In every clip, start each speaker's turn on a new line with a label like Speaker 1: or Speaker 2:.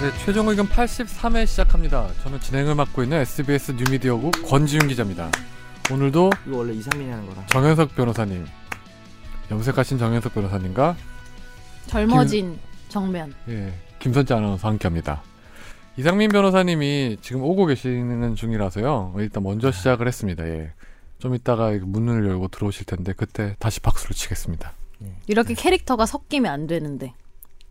Speaker 1: 네, 최종 의견 83회 시작합니다. 저는 진행을 맡고 있는 SBS 뉴미디어국 권지윤 기자입니다. 오늘도
Speaker 2: 이거 원래 2, 3일이 하는 거라.
Speaker 1: 정현석 변호사님, 염색하신 정현석 변호사님과
Speaker 3: 젊어진 정면.
Speaker 1: 예, 김선재 아나운서 함께합니다. 이상민 변호사님이 지금 오고 계시는 중이라서요. 일단 먼저
Speaker 3: 네.
Speaker 1: 시작을 했습니다. 예. 좀 이따가 문을 열고 들어오실 텐데 그때 다시 박수를 치겠습니다.
Speaker 3: 이렇게 캐릭터가 섞이면 안 되는데.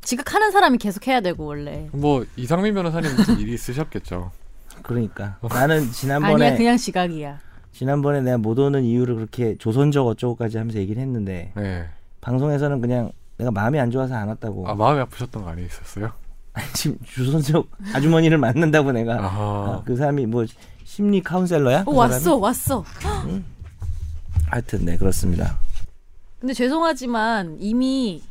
Speaker 3: 지각하는 사람이 계속 해야 되고 원래.
Speaker 1: 뭐 이상민 변호사님 일이 있으셨겠죠.
Speaker 2: 그러니까 나는 지난번에
Speaker 3: 아니야 그냥 지각이야.
Speaker 2: 지난번에 내가 못 오는 이유를 그렇게 조선적 어쩌고까지 하면서 얘기를 했는데
Speaker 1: 예.
Speaker 2: 방송에서는 그냥 내가 마음이 안 좋아서 안 왔다고.
Speaker 3: 어.
Speaker 1: 아 마음이 아프셨던 거 아니었어요?
Speaker 2: 아니, 지금 조선적 아주머니를 만난다고 내가. 아,
Speaker 1: 아.
Speaker 2: 그 사람이 뭐 심리 카운셀러야?
Speaker 3: 어
Speaker 2: 그
Speaker 3: 왔어
Speaker 2: 사람이?
Speaker 3: 왔어.
Speaker 2: 하여튼 네 그렇습니다.
Speaker 3: 근데 죄송하지만 이미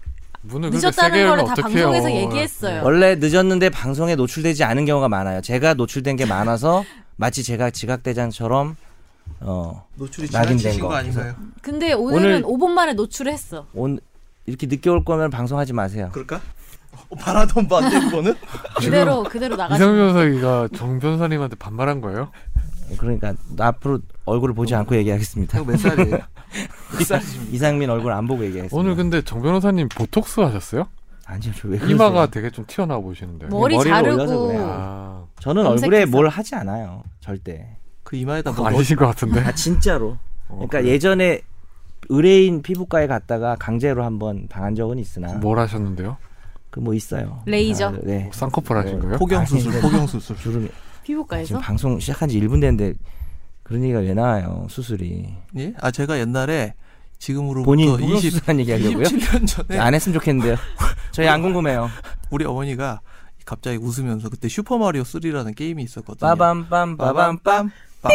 Speaker 1: 문을 그렇게 그러니까 세게
Speaker 3: 늦었다는 거를
Speaker 1: 열면
Speaker 3: 다
Speaker 1: 어떡해요?
Speaker 3: 방송에서 얘기했어요.
Speaker 2: 원래 늦었는데 방송에 노출되지 않은 경우가 많아요. 제가 노출된 게 많아서 마치 제가 지각대장처럼 어,
Speaker 4: 노출이
Speaker 2: 낙인된
Speaker 4: 지나치신 거,
Speaker 2: 거.
Speaker 4: 아닌가요?
Speaker 3: 근데
Speaker 2: 오늘-
Speaker 3: 오늘은 5분 만에 노출했어.
Speaker 2: 온 이렇게 늦게 올 거면 방송하지 마세요.
Speaker 4: 그럴까? 어, 바라던 바인데 그거는?
Speaker 3: 그대로 그대로 나가지.
Speaker 1: 이상민 변호사가 정 변호사님한테 반말한 거예요?
Speaker 2: 그러니까 나 앞으로 얼굴을 보지 않고 얘기하겠습니다.
Speaker 4: 형몇 살이에요? 몇 살이십니까?
Speaker 2: 이상민 얼굴 안 보고 얘기하겠습니다.
Speaker 1: 오늘 그 근데 정 변호사님 보톡스 하셨어요?
Speaker 2: 아니요, 저왜 네, 그러세요?
Speaker 1: 이마가 되게 좀 튀어나와 보이시는데.
Speaker 3: 머리
Speaker 2: 머리를
Speaker 3: 자르고
Speaker 2: 올려서 그래요.
Speaker 1: 아,
Speaker 2: 저는
Speaker 3: 검색해서.
Speaker 2: 얼굴에 뭘 하지 않아요. 절대.
Speaker 4: 그 이마에다 뭐 넣어
Speaker 1: 아니신 것 같은데.
Speaker 2: 아 진짜로.
Speaker 1: 어,
Speaker 2: 그러니까
Speaker 1: 그래요?
Speaker 2: 예전에 의뢰인 피부과에 갔다가 강제로 한번 당한 적은 있으나
Speaker 1: 뭐, 뭘 하셨는데요?
Speaker 2: 그 뭐 있어요.
Speaker 3: 레이저.
Speaker 2: 아, 네.
Speaker 1: 쌍꺼풀 하신 거예요?
Speaker 4: 포경
Speaker 2: 아니,
Speaker 4: 수술,
Speaker 2: 근데-
Speaker 4: 포경 수술.
Speaker 2: 주름이
Speaker 3: 피부과에서.
Speaker 2: 지금 방송 시작한 지 1분 됐는데 그런 얘기가 왜 나와요? 수술이.
Speaker 4: 예? 아 제가 옛날에 지금으로부터
Speaker 2: 본인 동료
Speaker 4: 20,
Speaker 2: 수술한 얘기하려고요? 네,
Speaker 4: 27년 전에
Speaker 2: 안 했으면 좋겠는데요. 저희 안 궁금해요.
Speaker 4: 우리 어머니가 갑자기 웃으면서 그때 슈퍼 마리오 3라는 게임이 있었거든요.
Speaker 2: 빠밤 빰 빠밤 빰.
Speaker 4: 빰.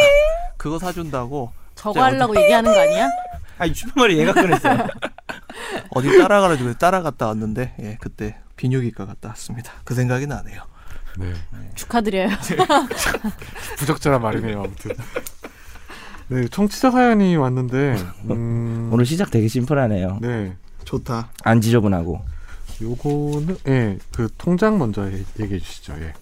Speaker 4: 그거 사준다고
Speaker 3: 저거 하려고 얘기하는 거 아니야?
Speaker 2: 아니 슈퍼마리 얘가 꺼냈어요.
Speaker 4: 어디 따라가가지고 따라갔다 왔는데 예 그때 비뇨기과 갔다 왔습니다. 그 생각이 나네요.
Speaker 1: 네.
Speaker 3: 축하드려요.
Speaker 1: 부적절한 말이네요, 아무튼. 네, 청취자 사연이 왔는데, 음,
Speaker 2: 오늘 시작 되게 심플하네요.
Speaker 1: 네,
Speaker 4: 좋다.
Speaker 2: 안 지저분하고.
Speaker 1: 요거는, 예, 그 통장 먼저 얘- 얘기해 주시죠, 예.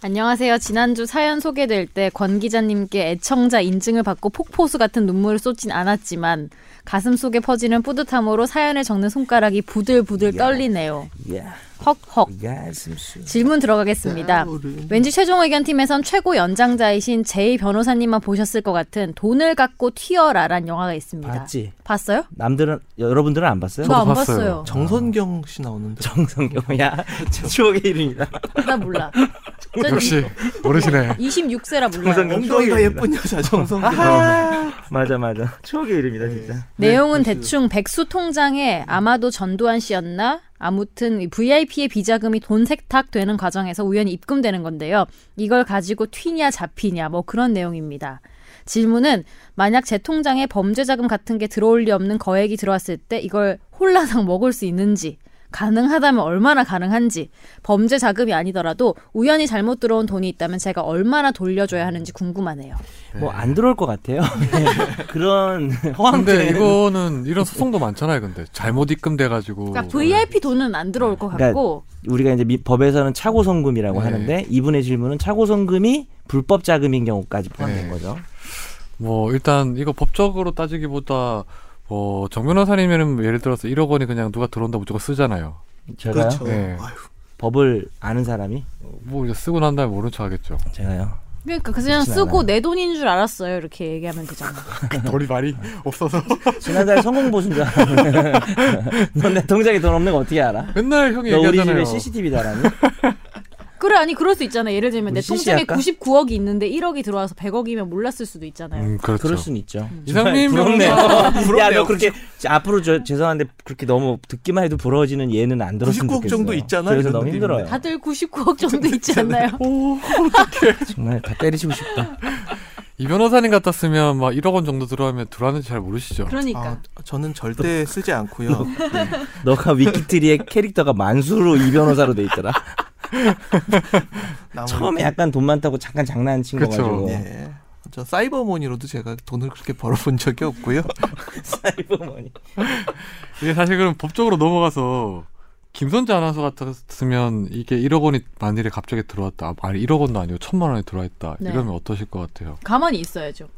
Speaker 3: 안녕하세요. 지난주 사연 소개될 때 권 기자님께 애청자 인증을 받고 폭포수 같은 눈물을 쏟진 않았지만 가슴 속에 퍼지는 뿌듯함으로 사연을 적는 손가락이 부들부들 떨리네요.
Speaker 2: 야,
Speaker 3: 헉헉.
Speaker 2: 가슴수.
Speaker 3: 질문 들어가겠습니다. 왠지 최종 의견 팀에선 최고 연장자이신 제이 변호사님만 보셨을 것 같은 돈을 갖고 튀어라란 영화가 있습니다.
Speaker 2: 봤지?
Speaker 3: 봤어요?
Speaker 2: 남들은 여러분들은 안 봤어요?
Speaker 3: 나 안
Speaker 1: 봤어요.
Speaker 3: 봤어요.
Speaker 4: 정선경 씨 나오는데
Speaker 2: 정성경야 추억의 이름이다.
Speaker 3: 나 몰라.
Speaker 1: 역시, 어르시네.
Speaker 3: 26세라 몰라요.
Speaker 4: 엉덩이가 예쁜 여자 정선경.
Speaker 2: 맞아 맞아. 추억의 이름이다 진짜.
Speaker 3: 네, 내용은 대충 백수 통장에 아마도 전두환 씨였나? 아무튼 이 VIP의 비자금이 돈 세탁되는 과정에서 우연히 입금되는 건데요. 이걸 가지고 튀냐 잡히냐 뭐 그런 내용입니다. 질문은 만약 제 통장에 범죄 자금 같은 게 들어올 리 없는 거액이 들어왔을 때 이걸 홀라당 먹을 수 있는지 가능하다면 얼마나 가능한지 범죄 자금이 아니더라도 우연히 잘못 들어온 돈이 있다면 제가 얼마나 돌려줘야 하는지 궁금하네요.
Speaker 2: 뭐 안 들어올 것 같아요. 그런 허황
Speaker 1: 근데
Speaker 2: 들
Speaker 1: 이거는 이런 소송도 많잖아요, 근데. 잘못 입금돼가지고.
Speaker 3: 그러니까 VIP 돈은 안 들어올 것
Speaker 2: 어, 네. 그러니까
Speaker 3: 같고
Speaker 2: 우리가 이제 미- 법에서는 차고 성금이라고
Speaker 1: 네.
Speaker 2: 하는데 이분의 질문은 차고 성금이 불법 자금인 경우까지 포함된
Speaker 1: 네.
Speaker 2: 거죠.
Speaker 1: 뭐 일단 이거 법적으로 따지기보다 어, 정 변호사님은 예를 들어서 1억 원이 그냥 누가 들어온다 무조건 쓰잖아요.
Speaker 2: 제가요?
Speaker 3: 그렇죠.
Speaker 1: 네.
Speaker 4: 아유,
Speaker 2: 법을 아는 사람이
Speaker 1: 뭐 이제 쓰고 난 다음에 모른 척 하겠죠.
Speaker 2: 제가요.
Speaker 3: 그러니까 그냥
Speaker 2: 그렇진
Speaker 3: 쓰고
Speaker 2: 않아요.
Speaker 3: 내 돈인 줄 알았어요. 이렇게 얘기하면 되잖아.
Speaker 1: 돈이 많이 없어서.
Speaker 2: 지난달 성공 보신 줄 알았는데 넌내 통장에 돈 없는 거 어떻게 알아?
Speaker 1: 맨날 형이
Speaker 2: 너 우리
Speaker 1: 얘기하잖아요.
Speaker 2: 집에 CCTV 달았니?
Speaker 3: 그래 아니 그럴 수 있잖아. 예를 들면 내
Speaker 2: 우리 CC
Speaker 3: 통장에
Speaker 2: 할까?
Speaker 3: 99억이 있는데 1억이 들어와서 100억이면 몰랐을 수도 있잖아요.
Speaker 1: 음, 그렇죠.
Speaker 2: 그럴 순 있죠.
Speaker 1: 이상민
Speaker 2: 부럽네요.
Speaker 1: 변호사.
Speaker 2: 야,
Speaker 4: 부럽네요.
Speaker 2: 너 그렇게 앞으로 저, 죄송한데 그렇게 너무 듣기만 해도 부러워지는 예는 안 들었으면
Speaker 4: 99억
Speaker 2: 좋겠어요.
Speaker 4: 정도 있잖아,
Speaker 2: 그래서
Speaker 4: 이런
Speaker 2: 너무
Speaker 4: 느낌인데.
Speaker 2: 힘들어요.
Speaker 3: 다들 99억 정도 있지 않나요?
Speaker 2: 정말 다 때리시고 싶다.
Speaker 1: 이 변호사님 같았으면 막 1억 원 정도 들어오면 들어왔는지 잘 모르시죠.
Speaker 3: 그러니까
Speaker 4: 아, 저는 절대 쓰지 않고요.
Speaker 2: 네. 너가 위키트리의 캐릭터가 만수로 이 변호사로 돼 있더라.
Speaker 4: 나머지-
Speaker 2: 처음에 네. 약간 돈 많다고 잠깐 장난친 거
Speaker 1: 그쵸.
Speaker 2: 가지고.
Speaker 4: 예. 저 사이버머니로도 제가 돈을 그렇게 벌어본 적이 없고요.
Speaker 2: 사이버머니.
Speaker 1: 이게 사실 그럼 법적으로 넘어가서 김선재 아나운서 같았으면 이게 1억 원이 만일에 갑자기 들어왔다. 아니 1억 원도 아니고 천만 원이 들어왔다.
Speaker 3: 네.
Speaker 1: 이러면 어떠실 것 같아요?
Speaker 3: 가만히 있어야죠.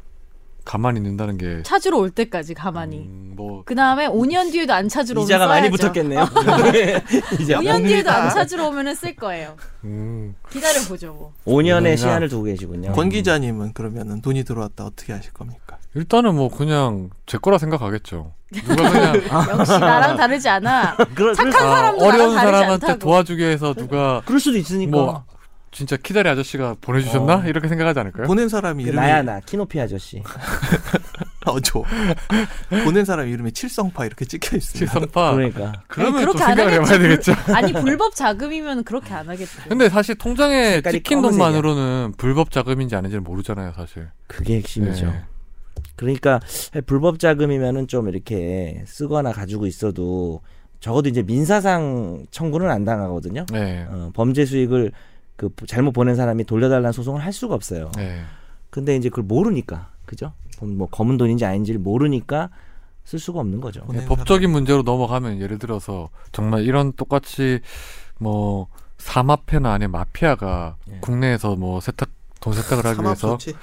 Speaker 1: 가만히 있는다는 게
Speaker 3: 찾으러 올 때까지 가만히.
Speaker 1: 음, 뭐
Speaker 3: 그 다음에 5년 뒤에도 안 찾으러 오면
Speaker 2: 이자가 많이
Speaker 3: 써야죠.
Speaker 2: 붙었겠네요. 이자.
Speaker 3: 5년 뒤에도 안
Speaker 1: 아.
Speaker 3: 찾으러 오면은 쓸 거예요.
Speaker 1: 음,
Speaker 3: 기다려 보죠 뭐.
Speaker 2: 5년의
Speaker 1: 그러니까.
Speaker 2: 시한을 두고 계시군요.
Speaker 4: 권 기자님은 그러면은 돈이 들어왔다 어떻게 하실 겁니까?
Speaker 1: 일단은 뭐 그냥 제 거라 생각하겠죠. 누가 그냥
Speaker 3: 역시 나랑 다르지 않아.
Speaker 2: 그럴,
Speaker 3: 착한
Speaker 1: 아,
Speaker 3: 사람도
Speaker 1: 어려운
Speaker 3: 나랑 다르지
Speaker 1: 사람한테
Speaker 3: 않다고.
Speaker 1: 도와주기 위해서 누가
Speaker 2: 그럴 수도 있으니까.
Speaker 1: 뭐 진짜 키다리 아저씨가 보내주셨나
Speaker 2: 그러니까. 어.
Speaker 1: 이렇게 생각하지 않을까요?
Speaker 4: 보낸 사람이
Speaker 2: 그
Speaker 4: 이름이
Speaker 2: 나야 나 키노피 아저씨.
Speaker 4: 어, 저. 보낸 사람 이름에 칠성파 이렇게 찍혀 있습니다.
Speaker 1: 칠성파
Speaker 2: 그러니까
Speaker 1: 그러면 좀
Speaker 3: 그렇게 안
Speaker 1: 생각을 해봐야 되겠죠.
Speaker 3: 아니 불법 자금이면 그렇게 안 하겠죠.
Speaker 1: 근데 사실 통장에
Speaker 2: 색깔이
Speaker 1: 찍힌
Speaker 2: 검은색이야.
Speaker 1: 돈만으로는 불법 자금인지 아닌지는 모르잖아요, 사실.
Speaker 2: 그게 핵심이죠.
Speaker 1: 네.
Speaker 2: 그러니까 불법 자금이면은 좀 이렇게 쓰거나 가지고 있어도 적어도 이제 민사상 청구는 안 당하거든요.
Speaker 1: 네.
Speaker 2: 어, 범죄 수익을 그 잘못 보낸 사람이 돌려달라는 소송을 할 수가 없어요.
Speaker 1: 네.
Speaker 2: 근데 이제 그걸 모르니까 그죠? 그럼 뭐 검은 돈인지 아닌지를 모르니까 쓸 수가 없는 거죠.
Speaker 1: 네.
Speaker 4: 보낸
Speaker 1: 법적인 문제로 넘어가면 예를 들어서 정말 이런 똑같이 뭐 사마페나 아니 마피아가
Speaker 2: 예.
Speaker 1: 국내에서 뭐 세탁 돈 세탁을 하기 위해서
Speaker 4: 삼합소치?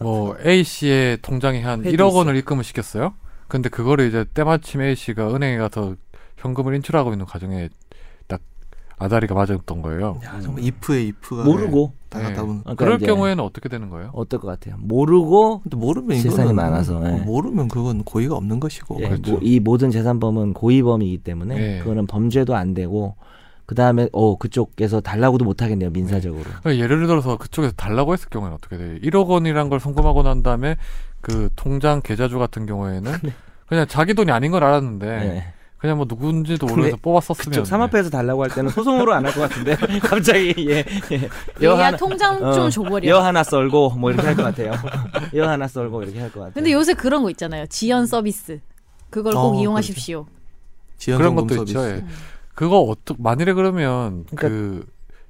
Speaker 1: 뭐 A 씨의 통장에 한
Speaker 2: 회도
Speaker 1: 1억 원을 입금을 시켰어요. 근데 그거를 이제 때마침 A 씨가 은행에 가서 현금을 인출하고 있는 과정에 딱 아다리가 맞았던 거예요.
Speaker 4: 야, 정말 if에 if가
Speaker 2: 모르고
Speaker 4: 다 갔다
Speaker 1: 네.
Speaker 4: 오는.
Speaker 2: 네. 그러니까
Speaker 1: 그럴
Speaker 2: 이제
Speaker 1: 경우에는 어떻게 되는 거예요?
Speaker 2: 어떨 것 같아요? 모르고
Speaker 4: 근데 모르면 이거는 어,
Speaker 2: 실상이 많아서, 예.
Speaker 4: 모르면 그건 고의가 없는 것이고
Speaker 2: 예,
Speaker 1: 그렇죠.
Speaker 2: 뭐, 이 모든 재산범은 고의범이기 때문에
Speaker 1: 예.
Speaker 2: 그거는 범죄도 안 되고 그 다음에 어 그쪽에서 달라고도 못 하겠네요 민사적으로.
Speaker 1: 그러니까 예를 들어서 그쪽에서 달라고 했을 경우에는 어떻게 돼요? 1억 원이란 걸 송금하고 난 다음에 그 통장 계좌주 같은 경우에는
Speaker 2: 네.
Speaker 1: 그냥 자기 돈이 아닌 걸 알았는데
Speaker 2: 예.
Speaker 1: 그냥 뭐 누군지도
Speaker 2: 근데
Speaker 1: 모르면서 뽑았었으면 네.
Speaker 2: 그쪽 삼합회에서 달라고 할 때는 소송으로 안 할 것 같은데 갑자기 예, 예. 여
Speaker 3: 얘야
Speaker 2: 하나
Speaker 3: 통장
Speaker 2: 어,
Speaker 3: 좀 줘버려.
Speaker 2: 여 하나 썰고 뭐 이렇게 할 것 같아요. 여 하나 썰고 이렇게 할 것 같아요.
Speaker 3: 근데 요새 그런 거 있잖아요. 지연 서비스. 그걸 꼭
Speaker 4: 어,
Speaker 2: 그렇죠.
Speaker 3: 이용하십시오.
Speaker 4: 지연
Speaker 1: 그런
Speaker 4: 송금
Speaker 1: 것도 있죠. 예.
Speaker 4: 서비스.
Speaker 1: 그거 어떻 만일에 그러면 그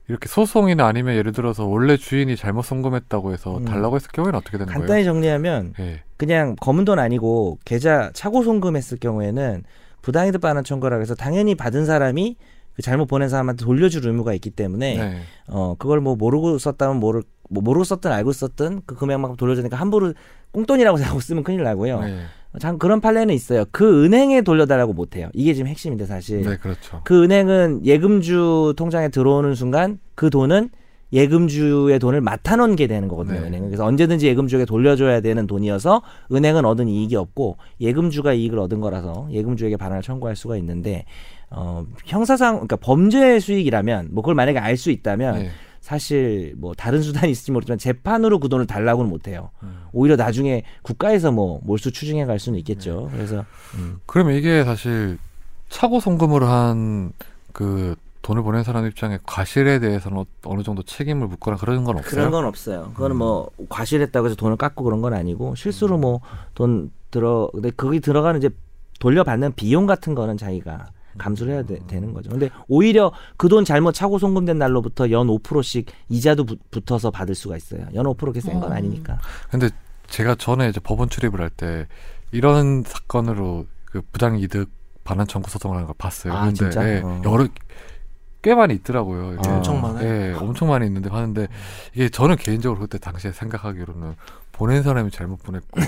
Speaker 1: 이렇게 소송이나 아니면 예를 들어서 원래 주인이 잘못 송금했다고 해서
Speaker 2: 음.
Speaker 1: 달라고 했을 경우에는 어떻게 되는
Speaker 2: 간단히 정리하면
Speaker 1: 거예요? 예.
Speaker 2: 그냥 검은 돈 아니고 계좌 차고 송금했을 경우에는 부당이득 반환 청구라 해서 당연히 받은 사람이 그 잘못 보낸 사람한테 돌려줄 의무가 있기 때문에
Speaker 1: 네.
Speaker 2: 어 그걸 뭐 모르고 썼다면 모르 뭐 모르고 썼든 알고 썼든 그 금액만큼 돌려주니까 함부로 꽁돈이라고 생각하고 쓰면 큰일 나고요.
Speaker 1: 네.
Speaker 2: 참 그런 판례는 있어요. 그 은행에 돌려달라고 못해요. 이게 지금 핵심인데 사실
Speaker 1: 네, 그렇죠.
Speaker 2: 그 은행은 예금주 통장에 들어오는 순간 그 돈은 예금주의 돈을 맡아놓은 게 되는 거거든요.
Speaker 1: 네.
Speaker 2: 은행은 그래서 언제든지 예금주에게 돌려줘야 되는 돈이어서 은행은 얻은 이익이 없고 예금주가 이익을 얻은 거라서 예금주에게 반환을 청구할 수가 있는데 어, 형사상 그러니까 범죄 수익이라면 뭐 그걸 만약에 알 수 있다면
Speaker 1: 네.
Speaker 2: 사실 뭐 다른 수단이 있을지 모르지만 재판으로 그 돈을 달라고는 못해요.
Speaker 1: 음.
Speaker 2: 오히려 나중에 국가에서 뭐 몰수 추징해 갈 수는 있겠죠. 그래서
Speaker 1: 음. 그러면 이게 사실 차고 송금으로 한 그 돈을 보낸 사람 입장에 과실에 대해서는 어- 어느 정도 책임을 묻거나 그런 건 없어요.
Speaker 2: 그런 건 없어요. 그거는 뭐 과실했다고 해서 돈을 깎고 그런 건 아니고 실수로 뭐 돈 들어 근데 거기 들어가는 이제 돌려받는 비용 같은 거는 자기가 감수를 해야 되, 는 거죠. 근데 오히려 그 돈 잘못 차고 송금된 날로부터 연 5%씩 이자도 붙- 붙어서 받을 수가 있어요. 연 5%게 센 건
Speaker 3: 음.
Speaker 2: 아니니까.
Speaker 1: 근데 제가 전에 이제 법원 출입을 할 때 이런 사건으로 그 부당 이득 반환 청구 소송을 하는 걸 봤어요.
Speaker 2: 아, 진짜?
Speaker 1: 예,
Speaker 2: 어.
Speaker 1: 여러 꽤 많이 있더라고요. 이게.
Speaker 2: 아.
Speaker 4: 엄청 많아요.
Speaker 1: 예, 엄청 많이 있는데 봤는데 이게 저는 개인적으로 그때 당시에 생각하기로는 보낸 사람이 잘못 보냈고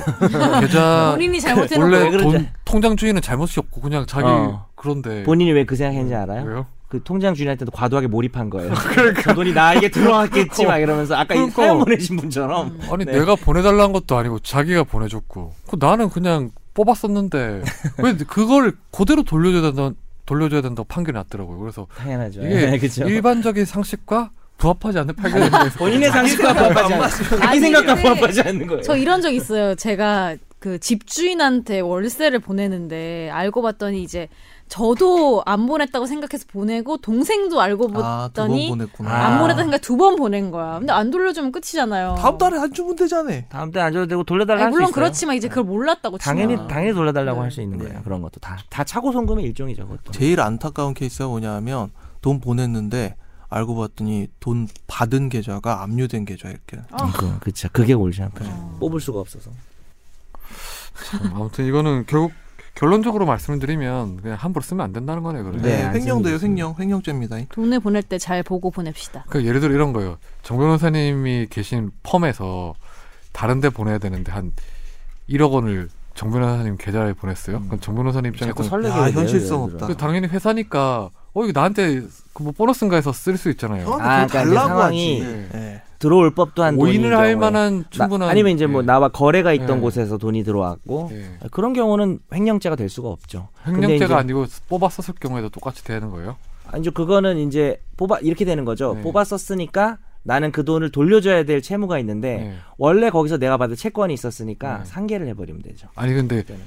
Speaker 1: 계좌
Speaker 3: 본인이 잘못해놓고
Speaker 2: 왜
Speaker 1: 원래
Speaker 2: 아, 그러지?
Speaker 1: 돈 통장 주인은 잘못이 없고 그냥 자기
Speaker 2: 어.
Speaker 1: 그런데
Speaker 2: 본인이 왜 그 생각했는지 알아요?
Speaker 1: 왜요?
Speaker 2: 그 통장 주인할 때도 과도하게 몰입한 거예요. 그 돈이 나에게 들어왔겠지 막 이러면서 아까 이
Speaker 1: 그러니까.
Speaker 2: 사연 보내신 분처럼
Speaker 3: 음.
Speaker 1: 아니
Speaker 2: 네.
Speaker 1: 내가 보내달라는 것도 아니고 자기가 보내줬고 그 나는 그냥 뽑았었는데 왜 그걸 그대로 돌려줘야 된다 돌려줘야 된다고 판결이 났더라고요. 그래서
Speaker 2: 당연하죠.
Speaker 1: 이게
Speaker 2: 그죠
Speaker 1: 일반적인 상식과 부합하지 않는 판결이 돼서
Speaker 2: 본인의 상식과 부합하지 않는
Speaker 3: 아니,
Speaker 2: 자기 생각과
Speaker 3: 근데
Speaker 2: 부합하지 않는 거예요.
Speaker 3: 저 이런 적 있어요. 제가 그 집주인한테 월세를 보내는데 알고 봤더니 이제 저도 안 보냈다고 생각해서 보내고 동생도 알고
Speaker 4: 아, 두 번
Speaker 3: 봤더니
Speaker 4: 보냈구나.
Speaker 2: 아.
Speaker 3: 안 보냈다 생각 두 번 보낸 거야. 근데 안 돌려주면 끝이잖아요.
Speaker 4: 다음 달에 안 주면 되잖아.
Speaker 2: 다음 때 안 줘도 되고
Speaker 3: 아니,
Speaker 2: 돌려달라 할수 있어요.
Speaker 3: 물론 그렇지만 이제 그걸 몰랐다고
Speaker 2: 당연히
Speaker 3: 치면.
Speaker 2: 당연히 돌려달라고
Speaker 3: 네.
Speaker 2: 할 수 있는
Speaker 4: 네.
Speaker 2: 거예요. 그런 것도 다 다 차고 송금의 일종이죠. 그것도.
Speaker 4: 제일 안타까운 케이스가 뭐냐면 돈 보냈는데 알고 봤더니 돈 받은 계좌가 압류된 계좌 이렇게.
Speaker 3: 아,
Speaker 2: 그,
Speaker 3: 어.
Speaker 2: 그쵸. 그게 골지 않죠. 뽑을 수가 없어서.
Speaker 1: 아무튼 이거는 결국 결론적으로 말씀드리면 그냥 함부로 쓰면 안 된다는 거네요. 그러면.
Speaker 2: 네, 안
Speaker 4: 횡령돼요,
Speaker 2: 생기겠습니다.
Speaker 4: 횡령. 횡령죄입니다.
Speaker 3: 돈을 보낼 때 잘 보고 보냅시다.
Speaker 1: 그 예를 들어 이런 거예요. 정 변호사님이 계신 펌에서 다른데 보내야 되는데 한 1억 원을 정 변호사님 계좌에 보냈어요. 그럼 정 변호사님
Speaker 2: 음. 자꾸
Speaker 1: 입장에서
Speaker 2: 설레게
Speaker 4: 야,
Speaker 2: 되네요,
Speaker 4: 현실성
Speaker 2: 얘들아.
Speaker 4: 없다.
Speaker 1: 그 당연히 회사니까 어 이거 나한테 그뭐 보너스인가 해서 쓸 수
Speaker 4: 네.
Speaker 1: 있잖아요.
Speaker 2: 아, 그러니까 이제 상황이
Speaker 4: 하지. 예.
Speaker 2: 들어올 법도 한 돈인
Speaker 1: 오인을 할
Speaker 2: 경우에.
Speaker 1: 만한 충분한
Speaker 2: 나, 아니면 이제 뭐
Speaker 1: 예.
Speaker 2: 나와 거래가 있던
Speaker 1: 예.
Speaker 2: 곳에서 돈이 들어왔고
Speaker 1: 예.
Speaker 2: 그런 경우는 횡령죄가 될 수가 없죠. 근데
Speaker 1: 횡령죄가
Speaker 2: 이제-
Speaker 1: 아니고 뽑아 썼을 경우에도 똑같이 되는 거예요.
Speaker 2: 아, 이제 그거는 이제 뽑아 이렇게 되는 거죠.
Speaker 1: 네.
Speaker 2: 뽑아 썼으니까 나는 그 돈을 돌려줘야 될 채무가 있는데
Speaker 1: 예.
Speaker 2: 원래 거기서 내가 받을 채권이 있었으니까
Speaker 1: 네.
Speaker 2: 상계를 해버리면 되죠.
Speaker 1: 아니 근데
Speaker 2: 그때는.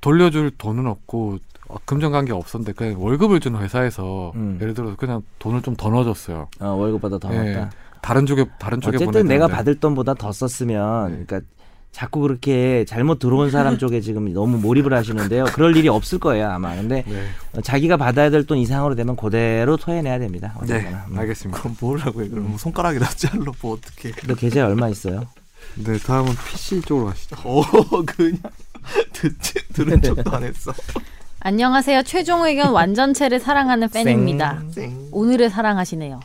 Speaker 1: 돌려줄 돈은 없고 어, 금전관계 없었는데 그냥 월급을 준 회사에서
Speaker 2: 음.
Speaker 1: 예를 들어서 그냥 돈을 좀 더 넣어줬어요.
Speaker 2: 어, 월급보다 더
Speaker 1: 예.
Speaker 2: 많다.
Speaker 1: 다른 쪽에 다른 쪽에
Speaker 2: 어쨌든 내가
Speaker 1: 보내야 되는데. 네.
Speaker 2: 받을 돈보다 더 썼으면 그러니까 자꾸 그렇게 잘못 들어온 사람 쪽에 지금 너무 몰입을 하시는데요. 그럴 일이 없을 거예요 아마. 근데
Speaker 1: 네.
Speaker 2: 어, 자기가 받아야 될 돈 이상으로 되면 그대로 토해내야 됩니다. 어쨌거나. 음.
Speaker 1: 네, 알겠습니다.
Speaker 4: 그럼 뭐라고 해? 그럼 음, 손가락에다 잘라 뭐 어떻게?
Speaker 2: 너 계좌에 얼마 있어요?
Speaker 1: 네, 다음은 PC 쪽으로 가시죠.
Speaker 4: 어 그냥 듣지
Speaker 2: 네.
Speaker 4: 들은 척도 안 했어.
Speaker 3: 안녕하세요. 최종 의견 완전체를 사랑하는 팬입니다.
Speaker 2: 네.
Speaker 4: 쌩.
Speaker 3: 오늘을 사랑하시네요.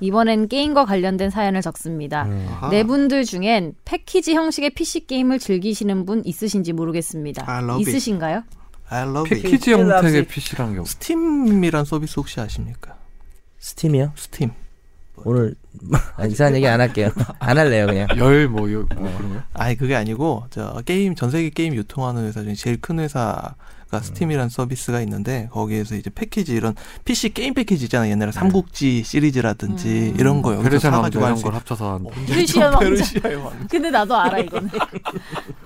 Speaker 3: 이번엔 게임과 관련된 사연을 적습니다.
Speaker 4: 음. 아하.
Speaker 3: 네 분들 중엔 패키지 형식의 PC 게임을 즐기시는 분 있으신지 모르겠습니다.
Speaker 4: I love it.
Speaker 3: 있으신가요?
Speaker 4: 아, I love it.
Speaker 1: 패키지
Speaker 2: 음.
Speaker 1: 형태의 PC라는 게 없-
Speaker 4: 스팀이란 서비스 혹시 아십니까?
Speaker 2: 스팀이요?
Speaker 4: 스팀.
Speaker 2: 오늘 아, 이상한 얘기 안 할게요. 안 할래요 그냥.
Speaker 1: 열뭐 뭐,
Speaker 2: 음.
Speaker 1: 그런 거요?
Speaker 4: 아니 그게 아니고 저 게임 전 세계 게임 유통하는 회사 중에 제일 큰 회사가
Speaker 1: 음.
Speaker 4: 스팀이라는 서비스가 있는데 거기에서 이제 패키지 이런 PC 게임 패키지 있잖아요 옛날에 삼국지 시리즈라든지 이런 거 여기서
Speaker 1: 네. 음. 페르시아 왕자
Speaker 4: 사가지고
Speaker 1: 이런
Speaker 4: 할수
Speaker 1: 걸 합쳐서 한
Speaker 3: 페르시아 왕자.
Speaker 4: 페르시아의 왕자
Speaker 3: 근데 나도 알아 이거는.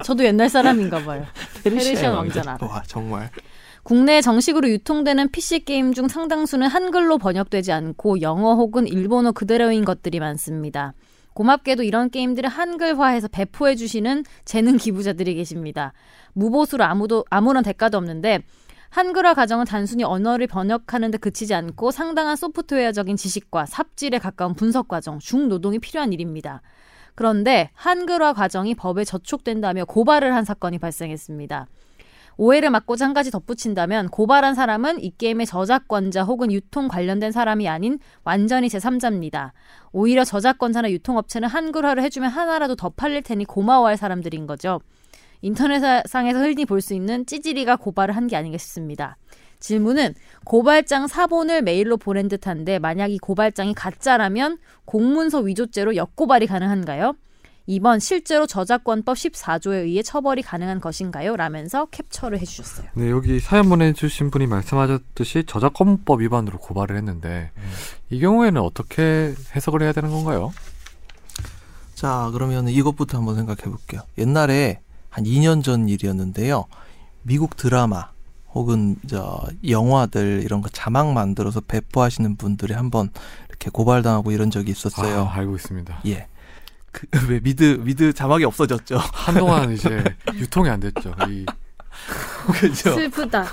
Speaker 3: 저도 옛날 사람인가 봐요. 페르시아
Speaker 2: 왕자.
Speaker 3: 왕자나.
Speaker 4: 와 정말
Speaker 3: 국내에 정식으로 유통되는 PC 게임 중 상당수는 한글로 번역되지 않고 영어 혹은 일본어 그대로인 것들이 많습니다. 고맙게도 이런 게임들을 한글화해서 배포해 주시는 재능 기부자들이 계십니다. 무보수로 아무도 아무런 대가도 없는데 한글화 과정은 단순히 언어를 번역하는 데 그치지 않고 상당한 소프트웨어적인 지식과 삽질에 가까운 분석 과정, 중노동이 필요한 일입니다. 그런데 한글화 과정이 법에 저촉된다며 고발을 한 사건이 발생했습니다. 오해를 막고자 한 가지 덧붙인다면 고발한 사람은 이 게임의 저작권자 혹은 유통 관련된 사람이 아닌 완전히 제3자입니다. 오히려 저작권자나 유통업체는 한글화를 해주면 하나라도 더 팔릴 테니 고마워할 사람들인 거죠. 인터넷상에서 흔히 볼 수 있는 찌질이가 고발을 한 게 아닌가 싶습니다. 질문은 고발장 사본을 메일로 보낸 듯한데 만약 이 고발장이 가짜라면 공문서 위조죄로 역고발이 가능한가요? 2번 실제로 저작권법 14조에 의해 처벌이 가능한 것인가요? 라면서 캡처를 해주셨어요.
Speaker 1: 네, 여기 사연 보내주신 분이 말씀하셨듯이 저작권법 위반으로 고발을 했는데 이 경우에는 어떻게 해석을 해야 되는 건가요?
Speaker 4: 자 그러면 이것부터 한번 생각해 볼게요 옛날에 한 2년 전 일이었는데요 미국 드라마 혹은 저 영화들 이런 거 자막 만들어서 배포하시는 분들이 한번 이렇게 고발당하고 이런 적이 있었어요
Speaker 1: 아, 알고 있습니다.
Speaker 4: 예. 그, 왜 미드 미드 자막이 없어졌죠.
Speaker 1: 한동안 이제 유통이 안 됐죠. 이
Speaker 4: 그죠?
Speaker 3: 슬프다.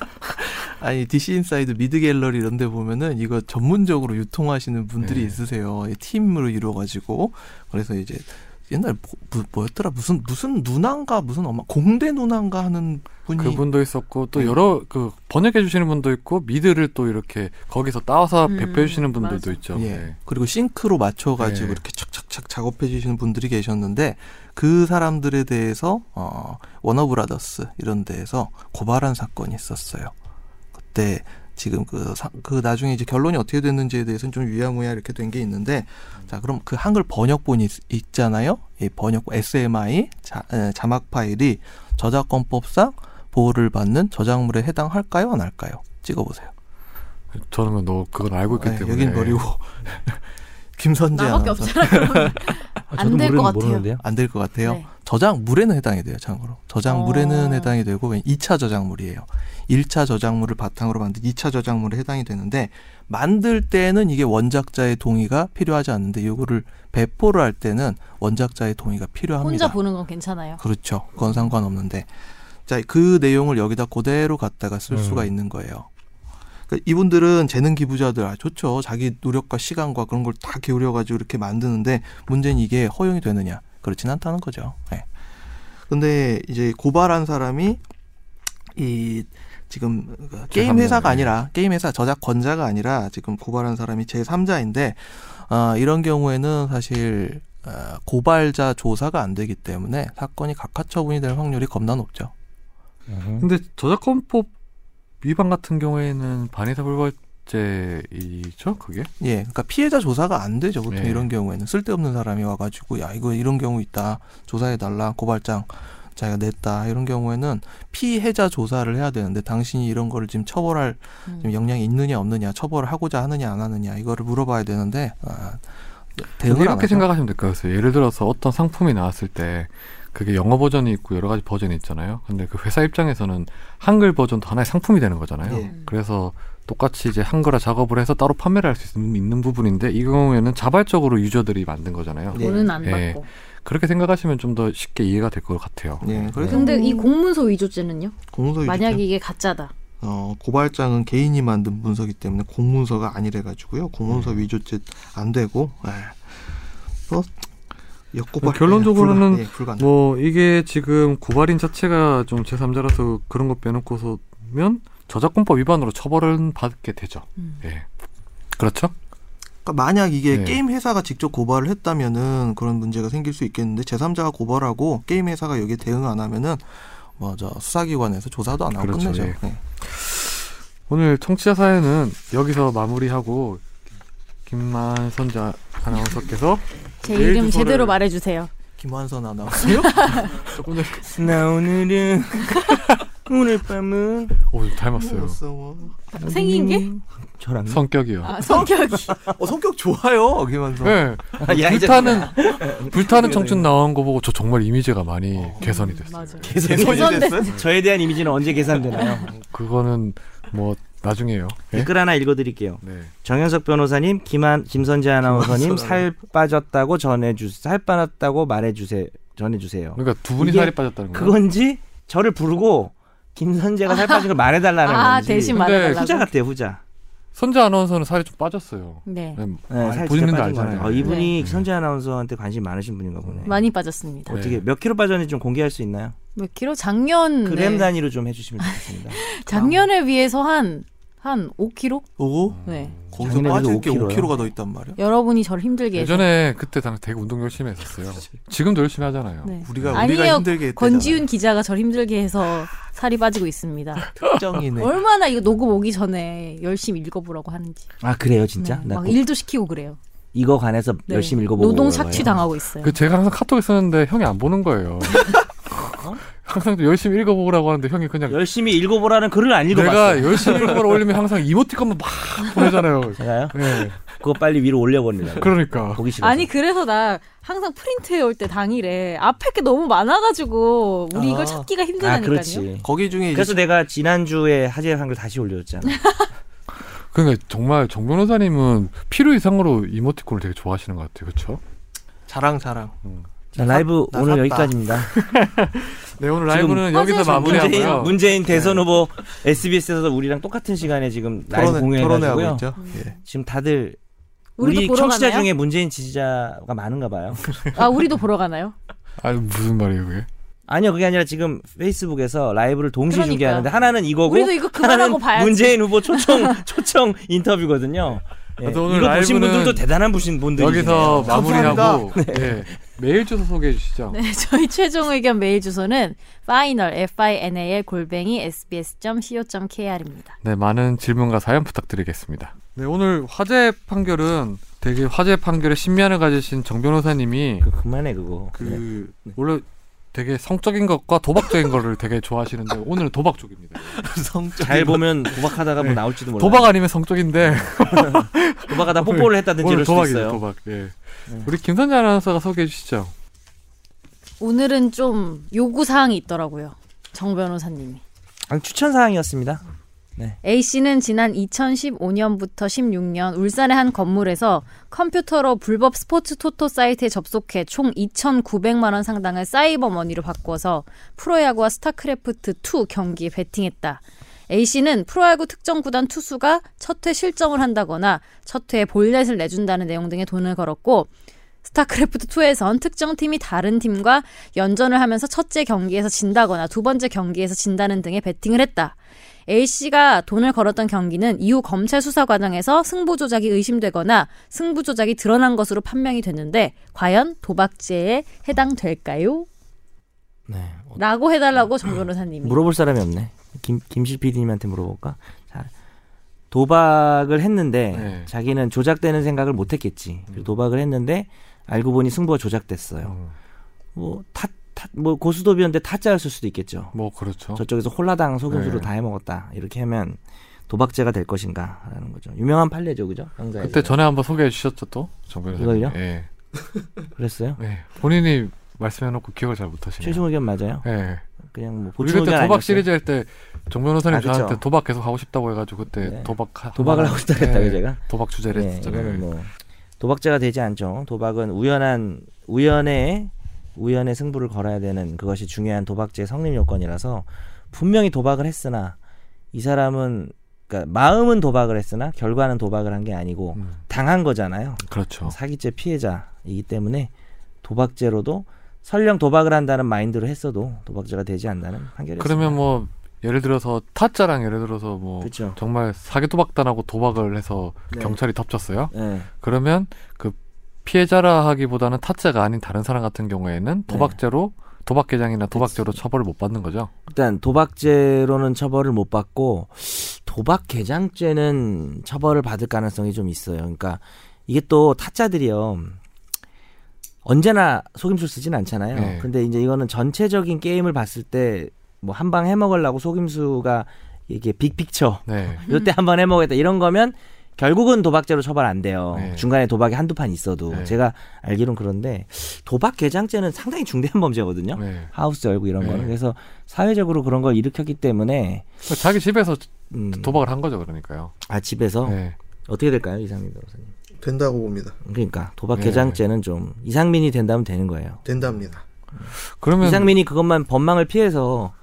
Speaker 4: 아니 DC 인사이드 미드 갤러리 이런 데 보면은 이거 전문적으로 유통하시는 분들이
Speaker 1: 네.
Speaker 4: 있으세요. 이 팀으로 이루어 가지고 그래서 이제 옛날 뭐, 였더라 무슨 무슨 누난가 무슨 엄마 공대 누난가 하는 분이
Speaker 1: 그분도 있었고
Speaker 4: 네.
Speaker 1: 또 여러 그 번역해 주시는 분도 있고 미드를 또 이렇게 거기서 따와서
Speaker 3: 음,
Speaker 1: 배포해 주시는 분들도
Speaker 3: 맞아.
Speaker 1: 있죠.
Speaker 4: 예.
Speaker 1: 네.
Speaker 4: 그리고 싱크로 맞춰가지고
Speaker 1: 네.
Speaker 4: 이렇게 착착착 작업해 주시는 분들이 계셨는데 그 사람들에 대해서 어, 워너브라더스 이런 데에서 고발한 사건이 있었어요. 그때 지금 그, 사- 그 나중에 이제 결론이 어떻게 됐는지에 대해서는 좀 위야무야 이렇게 된 게 있는데 자 그럼 그 한글 번역본이 있- 있잖아요. 이 번역본 SMI 자, 에, 자막 파일이 저작권법상 보호를 받는 저작물에 해당할까요? 안 할까요? 찍어보세요.
Speaker 1: 저는 뭐 너 그건 알고 있기
Speaker 4: 네,
Speaker 1: 때문에
Speaker 4: 여긴 버리고 김선재
Speaker 3: 나밖에
Speaker 4: 아나운서
Speaker 3: 없잖아. 그러면. 안 될 것 같아요.
Speaker 4: 안 될 것 같아요.
Speaker 3: 네.
Speaker 4: 저작물에는 해당이 돼요, 참고로. 저작물에는
Speaker 3: 어.
Speaker 4: 해당이 되고, 2차 저작물이에요. 1차 저작물을 바탕으로 만든 2차 저작물에 해당이 되는데, 만들 때는 이게 원작자의 동의가 필요하지 않는데, 이거를 배포를 할 때는 원작자의 동의가 필요합니다.
Speaker 3: 혼자 보는 건 괜찮아요.
Speaker 4: 그렇죠. 그건 상관없는데. 자, 그 내용을 여기다 그대로 갖다가 쓸
Speaker 1: 음.
Speaker 4: 수가 있는 거예요. 그러니까 이분들은 재능 기부자들, 아, 좋죠. 자기 노력과 시간과 그런 걸 다 기울여가지고 이렇게 만드는데 문제는 이게 허용이 되느냐. 네. 그렇진 않다는 거죠. 예. 근데 이제 고발한 사람이 이 지금 그 게임
Speaker 1: 죄송합니다.
Speaker 4: 회사가
Speaker 1: 예.
Speaker 4: 아니라 게임 회사 저작권자가 아니라 지금 고발한 사람이 제 3자인데 아, 이런 경우에는 사실 어, 고발자 조사가 안 되기 때문에 사건이 각하처분이 될 확률이 겁나 높죠.
Speaker 2: 음.
Speaker 1: 근데 저작권법 위반 같은 경우에는 반의사 불벌죄이죠, 그게?
Speaker 4: 예, 그러니까 피해자 조사가 안 되죠. 보통
Speaker 1: 예.
Speaker 4: 이런 경우에는 쓸데없는 사람이 와가지고 야 이거 이런 경우 있다 조사해 달라 고발장 자기가 냈다 이런 경우에는 피해자 조사를 해야 되는데 당신이 이런 거를 지금 처벌할
Speaker 3: 음.
Speaker 4: 지금 역량이 있느냐 없느냐 처벌을 하고자 하느냐 안 하느냐 이거를 물어봐야 되는데 아, 대응을 안
Speaker 1: 이렇게
Speaker 4: 하죠.
Speaker 1: 생각하시면 될 것 같아요. 예를 들어서 어떤 상품이 나왔을 때 그게 영어 버전이 있고 여러 가지 버전이 있잖아요. 근데 그 회사 입장에서는 한글 버전도 하나의 상품이 되는 거잖아요.
Speaker 4: 예.
Speaker 3: 음.
Speaker 1: 그래서 똑같이 이제 한글화 작업을 해서 따로 판매를 할 수 있는, 있는 부분인데 이 경우에는 자발적으로 유저들이 만든 거잖아요.
Speaker 4: 예.
Speaker 3: 돈은 안
Speaker 1: 예.
Speaker 3: 받고.
Speaker 1: 그렇게 생각하시면 좀 더 쉽게 이해가 될 것 같아요.
Speaker 4: 예, 그래서
Speaker 3: 근데 이 공문서 위조죄는요?
Speaker 4: 공소유기
Speaker 3: 만약 이게 가짜다.
Speaker 4: 어, 고발장은 개인이 만든 문서기 때문에 공문서가 아니래 가지고요. 공문서
Speaker 1: 네.
Speaker 4: 위조죄 안 되고 예. 또 역고발
Speaker 1: 뭐 결론적으로는
Speaker 4: 예, 불가, 능
Speaker 1: 뭐 이게 지금 고발인 자체가 좀 제3자라서 그런 거 빼놓고서면 저작권법 위반으로 처벌은 받게 되죠.
Speaker 3: 음.
Speaker 1: 예. 그렇죠?
Speaker 4: 그러니까 만약 이게
Speaker 1: 네.
Speaker 4: 게임 회사가 직접 고발을 했다면은 그런 문제가 생길 수 있겠는데 제3자가 고발하고 게임 회사가 여기에 대응 안 하면은 뭐저 수사기관에서 조사도 안 하고
Speaker 1: 그렇죠,
Speaker 4: 끝내죠.
Speaker 1: 예.
Speaker 4: 네.
Speaker 1: 오늘 청취자 사연은 여기서 마무리하고 김만선 자 아나운서께서
Speaker 3: 제
Speaker 1: 메일
Speaker 3: 이름
Speaker 1: 주소를-
Speaker 3: 제대로 말해주세요.
Speaker 4: 김환선 아나운서
Speaker 1: 조금 전에
Speaker 2: 나 오늘은 오늘 밤은
Speaker 1: 오 닮았어요.
Speaker 3: 생긴 게?
Speaker 2: 저랑
Speaker 1: 성격이요.
Speaker 3: 음. 아, 성격이.
Speaker 4: 어, 성격 좋아요, 김환선.
Speaker 2: 네.
Speaker 1: 예.
Speaker 2: 야, 이
Speaker 1: 불타는 불타는 청춘 나온 거 보고 저 정말 이미지가 많이 개선이 됐어요.
Speaker 3: 맞아요.
Speaker 2: 개선
Speaker 3: 개선된-
Speaker 2: 저에 대한 이미지는 언제 계산되나요?
Speaker 1: 네. 그거는 뭐 나중에요. 예?
Speaker 2: 댓글 하나 읽어드릴게요.
Speaker 1: 네.
Speaker 2: 정현석 변호사님, 김한 김선재 아나운서님 살 빠졌다고 전해주 살 빠졌다고 말해주세요. 전해주세요.
Speaker 1: 그러니까 두 분이
Speaker 2: 이게
Speaker 1: 살이 빠졌다는 거예요.
Speaker 2: 그건지 저를 부르고 김선재가 살 빠진 걸 말해달라는
Speaker 3: 아,
Speaker 2: 건지
Speaker 3: 대신
Speaker 1: 근데
Speaker 3: 말해달라고.
Speaker 2: 후자 같아요 후자.
Speaker 1: 선재 아나운서는 살이 좀 빠졌어요.
Speaker 3: 네.
Speaker 1: 네.
Speaker 2: 네,
Speaker 1: 많이
Speaker 2: 살
Speaker 1: 보시는
Speaker 2: 진짜
Speaker 1: 거
Speaker 2: 빠진 거
Speaker 1: 알잖아요.
Speaker 2: 알아요. 어, 이분이
Speaker 1: 네.
Speaker 2: 선재 아나운서한테 관심 많으신 분인가 보네.
Speaker 3: 많이 빠졌습니다.
Speaker 2: 어떻게
Speaker 1: 네.
Speaker 2: 몇 킬로 빠졌는지 좀 공개할 수 있나요?
Speaker 3: 몇 킬로? 작년
Speaker 2: 그램
Speaker 3: 네.
Speaker 2: 단위로 좀 해주시면 좋겠습니다.
Speaker 3: 작년에 비해서 한한 5kg?
Speaker 4: 오고
Speaker 3: 네.
Speaker 4: 거기서
Speaker 2: 작년에 그래도
Speaker 4: 빠질 게
Speaker 2: 5kg 요.
Speaker 4: 5kg가 더 있단 말이야.
Speaker 3: 여러분이 저를 힘들게 해서.
Speaker 1: 예전에 그때 당시 되게 운동 열심히 했었어요. 지금도 열심히 하잖아요.
Speaker 3: 네.
Speaker 4: 우리가 우리가
Speaker 3: 아니에요.
Speaker 4: 힘들게 했대잖아.
Speaker 3: 권지윤 기자가 저를 힘들게 해서 살이 빠지고 있습니다.
Speaker 4: 특정이네.
Speaker 3: 얼마나 이거 녹음 오기 전에 열심히 읽어보라고 하는지.
Speaker 2: 아 그래요 진짜?
Speaker 3: 네.
Speaker 2: 나
Speaker 3: 막
Speaker 2: 꼭
Speaker 3: 일도 시키고 그래요.
Speaker 2: 이거 관해서
Speaker 3: 네.
Speaker 2: 열심히 읽어보고
Speaker 3: 노동
Speaker 2: 그러고요.
Speaker 3: 착취 당하고 있어요.
Speaker 1: 그 제가 항상 카톡에 쓰는데 형이 안 보는 거예요. 항상 좀 열심히 읽어보라고 하는데 형이 그냥
Speaker 2: 열심히 읽어보라는 글을 안
Speaker 1: 내가
Speaker 2: 읽어봤어요.
Speaker 1: 열심히 읽어보라 올리면 항상 이모티콘만 막 보내잖아요.
Speaker 2: 제가요?
Speaker 1: 네.
Speaker 2: 그거 빨리 위로 올려버리려고.
Speaker 1: 그러니까
Speaker 2: 보기 싫어.
Speaker 3: 아니 그래서 나 항상 프린트해 올 때 당일에 앞에 게 너무 많아가지고 우리
Speaker 4: 아.
Speaker 3: 이걸 찾기가
Speaker 2: 아
Speaker 3: 힘들다니까요.
Speaker 2: 그렇지.
Speaker 4: 거기 중에 이제
Speaker 2: 그래서 내가 지난주에 하재 한글 다시 올려줬잖아.
Speaker 1: 그러니까 정말 정 변호사님은 필요 이상으로 이모티콘을 되게 좋아하시는 것 같아요. 그렇죠?
Speaker 4: 자랑 자랑.
Speaker 2: 자, 라이브
Speaker 4: 나
Speaker 2: 오늘
Speaker 4: 샀다.
Speaker 2: 여기까지입니다.
Speaker 1: 네 오늘
Speaker 2: 지금
Speaker 1: 라이브는 여기서
Speaker 3: 화제의
Speaker 1: 마무리하고요.
Speaker 2: 문재인, 문재인 대선 후보 SBS에서 우리랑 똑같은 시간에 지금 라이브
Speaker 4: 토론회, 토론회하고
Speaker 2: 공연해가지고요.
Speaker 4: 있죠. 예.
Speaker 2: 지금 다들
Speaker 3: 우리도
Speaker 2: 우리
Speaker 3: 보러
Speaker 2: 청취자
Speaker 3: 가나요?
Speaker 2: 중에 문재인 지지자가 많은가 봐요.
Speaker 3: 아 우리도 보러 가나요?
Speaker 1: 아 무슨 말이에요 그게?
Speaker 2: 아니요 그게 아니라 지금 페이스북에서 라이브를 동시
Speaker 3: 그러니까.
Speaker 2: 중계하는데 하나는 이거고
Speaker 3: 우리도 이거
Speaker 2: 하나는
Speaker 3: 그만하고 봐야지.
Speaker 2: 문재인 후보 초청 초청 인터뷰거든요. 예,
Speaker 1: 그래서
Speaker 2: 이거
Speaker 1: 오늘
Speaker 2: 보신
Speaker 1: 라이브는
Speaker 2: 분들도 대단한 보신 분들이
Speaker 1: 여기서 마무리하고
Speaker 4: 감사합니다.
Speaker 1: 네. 메일 주소 소개해 주시죠.
Speaker 3: 네, 저희 최종 의견 메일 주소는 final f i n a l 골뱅이 s b s c o k r 입니다.
Speaker 1: 네, 많은 질문과 사연 부탁드리겠습니다. 네, 오늘 화재 판결은 되게 화재 판결에 신미안을 가지신 정 변호사님이
Speaker 2: 그, 그만해 그거.
Speaker 1: 그 원래 되게 성적인 것과 도박적인 거를 되게 좋아하시는데 오늘은 도박 쪽입니다.
Speaker 4: 예. 성적
Speaker 2: 잘 보면 도박하다가 뭐
Speaker 1: 네.
Speaker 2: 나올지도 몰라.
Speaker 1: 도박 아니면 성적인데
Speaker 2: 도박하다 뽀뽀를 했다든지
Speaker 1: 오늘
Speaker 2: 이럴
Speaker 1: 네,
Speaker 2: 수도
Speaker 1: 도박이죠,
Speaker 2: 있어요.
Speaker 1: 도박. 예. 우리 김선재 아나운서가 소개해 주시죠.
Speaker 3: 오늘은 좀 요구 사항이 있더라고요. 정 변호사님이.
Speaker 2: 아니, 추천 사항이었습니다.
Speaker 3: A 씨는 지난 2015년부터 16년 울산의 한 건물에서 컴퓨터로 불법 스포츠 토토 사이트에 접속해 총 2,900만 원 상당을 사이버 머니로 바꿔서 프로야구와 스타크래프트 2 경기에 베팅했다. A 씨는 프로야구 특정 구단 투수가 첫 회 실점을 한다거나 첫 회에 볼넷을 내준다는 내용 등의 돈을 걸었고 스타크래프트 2에선 특정 팀이 다른 팀과 연전을 하면서 첫째 경기에서 진다거나 두 번째 경기에서 진다는 등의 베팅을 했다. A 씨가 돈을 걸었던 경기는 이후 검찰 수사 과정에서 승부 조작이 의심되거나 승부 조작이 드러난 것으로 판명이 됐는데 과연 도박죄에 해당될까요?
Speaker 2: 네. 음.
Speaker 3: 라고 해달라고 정 변호사님이
Speaker 2: 물어볼 사람이 없네. 김 김실 PD님한테 물어볼까? 자, 도박을 했는데
Speaker 1: 네.
Speaker 2: 자기는 조작되는 생각을 못했겠지. 그리고 도박을 했는데 알고 보니 승부가 조작됐어요.
Speaker 1: 음,
Speaker 2: 뭐 타 타 뭐 고수도비였는데 타짜였을 수도 있겠죠.
Speaker 1: 뭐 그렇죠.
Speaker 2: 저쪽에서 홀라당 속임수로
Speaker 1: 네.
Speaker 2: 다 해먹었다. 이렇게 하면 도박죄가 될 것인가라는 거죠. 유명한 판례죠, 그죠? 형사에서.
Speaker 1: 그때 전에 한번 소개해 주셨죠 또정 변호사님.
Speaker 2: 이걸요?
Speaker 1: 예.
Speaker 2: 그랬어요.
Speaker 1: 예. 본인이 말씀해놓고 기억을 잘 못하시네요.
Speaker 2: 최종 의견 맞아요.
Speaker 1: 예.
Speaker 2: 그냥 뭐
Speaker 1: 우리
Speaker 2: 보충
Speaker 1: 그때
Speaker 2: 의견
Speaker 1: 도박
Speaker 2: 아니었어요.
Speaker 1: 시리즈 할 때 정 변호사님
Speaker 2: 아, 그쵸.
Speaker 1: 저한테 도박 계속 하고 싶다고 해가지고 그때
Speaker 2: 네.
Speaker 1: 도박 하,
Speaker 2: 도박을 하고 싶다 했다고
Speaker 1: 예.
Speaker 2: 제가.
Speaker 1: 도박 주제를
Speaker 2: 네,
Speaker 1: 했었잖아요.
Speaker 2: 이거는 뭐 도박죄가 되지 않죠. 도박은 우연한 우연의 우연의 승부를 걸어야 되는 그것이 중요한 도박죄 성립 요건이라서 분명히 도박을 했으나 이 사람은 그러니까 마음은 도박을 했으나 결과는 도박을 한 게 아니고
Speaker 1: 음,
Speaker 2: 당한 거잖아요.
Speaker 1: 그렇죠.
Speaker 2: 사기죄 피해자이기 때문에 도박죄로도 설령 도박을 한다는 마인드로 했어도 도박죄가 되지 않는다는 판결이
Speaker 1: 그러면 뭐 예를 들어서 타짜랑 예를 들어서 뭐
Speaker 2: 그렇죠.
Speaker 1: 정말 사기 도박단하고 도박을 해서
Speaker 2: 네.
Speaker 1: 경찰이 덮쳤어요.
Speaker 2: 네.
Speaker 1: 그러면 그 피해자라 하기보다는 타짜가 아닌 다른 사람 같은 경우에는
Speaker 2: 네.
Speaker 1: 도박죄로 도박 계장이나 도박죄로 처벌을 못 받는 거죠.
Speaker 2: 일단 도박죄로는 처벌을 못 받고 도박 개장죄는 처벌을 받을 가능성이 좀 있어요. 그러니까 이게 또 타짜들이요. 언제나 속임수를 쓰진 않잖아요.
Speaker 1: 네.
Speaker 2: 근데 이제 이거는 전체적인 게임을 봤을 때 뭐 한 방 해먹으려고 속임수가 이게 빅픽처
Speaker 1: 네.
Speaker 2: 요때 한 번 해먹겠다 이런 거면 결국은 도박죄로 처벌 안 돼요.
Speaker 1: 네.
Speaker 2: 중간에 도박이 한두 판 있어도
Speaker 1: 네.
Speaker 2: 제가 알기론 그런데 도박 개장죄는 상당히 중대한 범죄거든요.
Speaker 1: 네.
Speaker 2: 하우스 열고 이런
Speaker 1: 네.
Speaker 2: 거는 그래서 사회적으로 그런 걸 일으켰기 때문에
Speaker 1: 그 자기 집에서
Speaker 2: 음,
Speaker 1: 도박을 한 거죠, 그러니까요.
Speaker 2: 아 집에서
Speaker 1: 네.
Speaker 2: 어떻게 될까요 이상민 변호사님?
Speaker 5: 된다고 봅니다.
Speaker 2: 그러니까 도박
Speaker 1: 네.
Speaker 2: 개장죄는 좀 이상민이 된다면 되는 거예요.
Speaker 5: 된답니다.
Speaker 1: 그러면
Speaker 2: 이상민이 그것만 법망을 피해서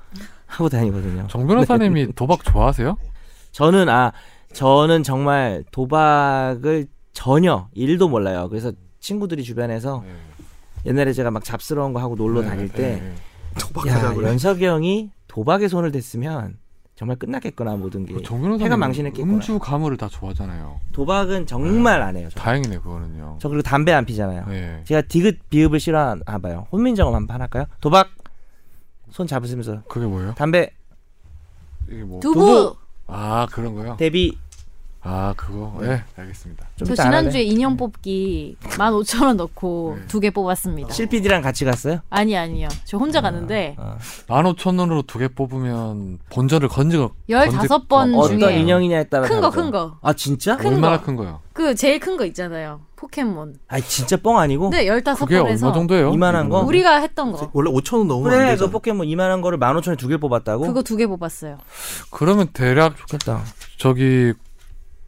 Speaker 2: 하고 다니거든요.
Speaker 1: 정 변호사님이 도박 좋아하세요?
Speaker 2: 저는 아 저는 정말 도박을 전혀 일도 몰라요. 그래서 친구들이 주변에서
Speaker 1: 네.
Speaker 2: 옛날에 제가 막 잡스러운 거 하고 놀러
Speaker 1: 네,
Speaker 2: 다닐 때
Speaker 1: 네, 네.
Speaker 2: 야,
Speaker 5: 도박하자 그래.
Speaker 2: 연석이 형이 도박에 손을 댔으면 정말 끝났겠구나 모든 게.
Speaker 1: 그정 변호사님
Speaker 2: 예, 해가 망신했겠구나.
Speaker 1: 음주 가물을 다 좋아하잖아요.
Speaker 2: 도박은 정말 안 해요. 저,
Speaker 1: 다행이네 그거는요.
Speaker 2: 저 그리고 담배 안 피잖아요.
Speaker 1: 네.
Speaker 2: 제가 디귿 비읍을 싫어하나 봐요. 혼민정음 한판 할까요? 도박 손 잡으시면서
Speaker 1: 그게 뭐예요?
Speaker 2: 담배
Speaker 1: 이게 뭐?
Speaker 3: 두부
Speaker 1: 아 그런 거요?
Speaker 2: 대비
Speaker 1: 아 그거. 예. 네, 알겠습니다.
Speaker 2: 좀
Speaker 3: 저
Speaker 2: 이따 안 할래?
Speaker 3: 지난주에 인형 뽑기 15,000원 넣고
Speaker 1: 네.
Speaker 3: 두 개
Speaker 1: 아,
Speaker 3: 뽑았습니다.
Speaker 2: 실피디랑 같이 갔어요?
Speaker 3: 아니 아니요. 저 혼자 갔는데
Speaker 2: 어.
Speaker 1: 15,000원으로 두 개 뽑으면 본전을 건져 건지-
Speaker 3: 15번
Speaker 1: 어,
Speaker 2: 어떤
Speaker 3: 음, 중에
Speaker 2: 인형이냐에 따라
Speaker 3: 큰 거,
Speaker 2: 다르죠.
Speaker 3: 큰 거.
Speaker 2: 아 진짜?
Speaker 3: 큰
Speaker 1: 얼마나
Speaker 3: 거.
Speaker 1: 큰 거요?
Speaker 3: 그 제일 큰 거 있잖아요. 포켓몬.
Speaker 2: 아 진짜 뻥 아니고?
Speaker 3: 근데
Speaker 1: 어, 그게 얼마
Speaker 3: 15번에서
Speaker 1: 정도예요?
Speaker 2: 이만한 거?
Speaker 3: 우리가 했던 거.
Speaker 5: 원래 5천 원 넘으면 안
Speaker 2: 그래 그
Speaker 5: 되잖아.
Speaker 2: 포켓몬 이만한 거를 15,000원에 두 개를 뽑았다고?
Speaker 3: 그거 두 개 뽑았어요.
Speaker 1: 그러면 대략
Speaker 2: 좋겠다
Speaker 1: 저기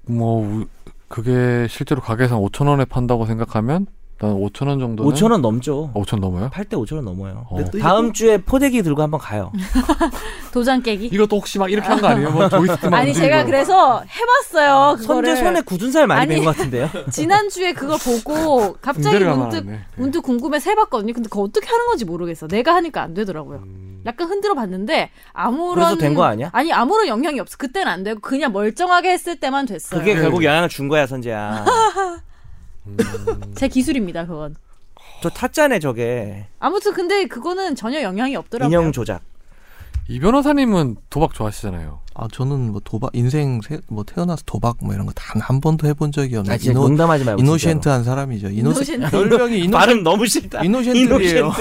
Speaker 1: 뭐 우- 그게 실제로 가게에서 5천 원에 판다고 생각하면 난 5천 원 정도는
Speaker 2: 5,000원 넘죠
Speaker 1: 5천 넘어요?
Speaker 2: 팔 때 5,000원 뭐- 넘어요
Speaker 1: 어.
Speaker 5: 근데 또 이거-
Speaker 2: 다음 주에 포대기 들고 한번 가요
Speaker 3: 도장 깨기.
Speaker 1: 이것도 혹시 막 이렇게 한 거 아니에요? 뭐 조이스틱만
Speaker 3: 아니 제가 그래서
Speaker 1: 아,
Speaker 3: 해봤어요.
Speaker 2: 손재
Speaker 3: 그거를
Speaker 2: 손에 굳은 살 많이
Speaker 3: 아니.
Speaker 2: 뺀 것 같은데요
Speaker 3: 지난주에 그거 보고 갑자기
Speaker 1: 군대를 가면
Speaker 3: 문득
Speaker 1: 안
Speaker 2: 네.
Speaker 1: 네. 해.
Speaker 3: 문득 궁금해서 해봤거든요. 근데 그거 어떻게 하는 건지 모르겠어. 내가 하니까 안 되더라고요. 약간 흔들어 봤는데 아무런
Speaker 2: 음. 그래서 된거 아니야?
Speaker 3: 아니 아무런 영향이 없어. 그때는 안 되고 그냥 멀쩡하게 했을 때만 됐어요.
Speaker 2: 그게 결국 영향을 준 거야 선재야
Speaker 3: 제 기술입니다. 그건.
Speaker 2: 저 타짜네 저게
Speaker 3: 아무튼 근데 그거는 전혀 영향이 없더라고요.
Speaker 2: 인형 조작
Speaker 1: 이 변호사님은 도박 좋아하시잖아요.
Speaker 4: 아 저는 뭐 도박 인생 세, 뭐 태어나서 도박 뭐 이런 거 단 한 번도 해본 적이 없는
Speaker 2: 아 진짜
Speaker 4: 이노,
Speaker 2: 농담하지 말고 진짜로.
Speaker 4: 이노센트한 사람이죠. 이노센
Speaker 3: 이노센트.
Speaker 4: 별명이 이노,
Speaker 2: 발음 너무 싫다
Speaker 4: 이노센트예요.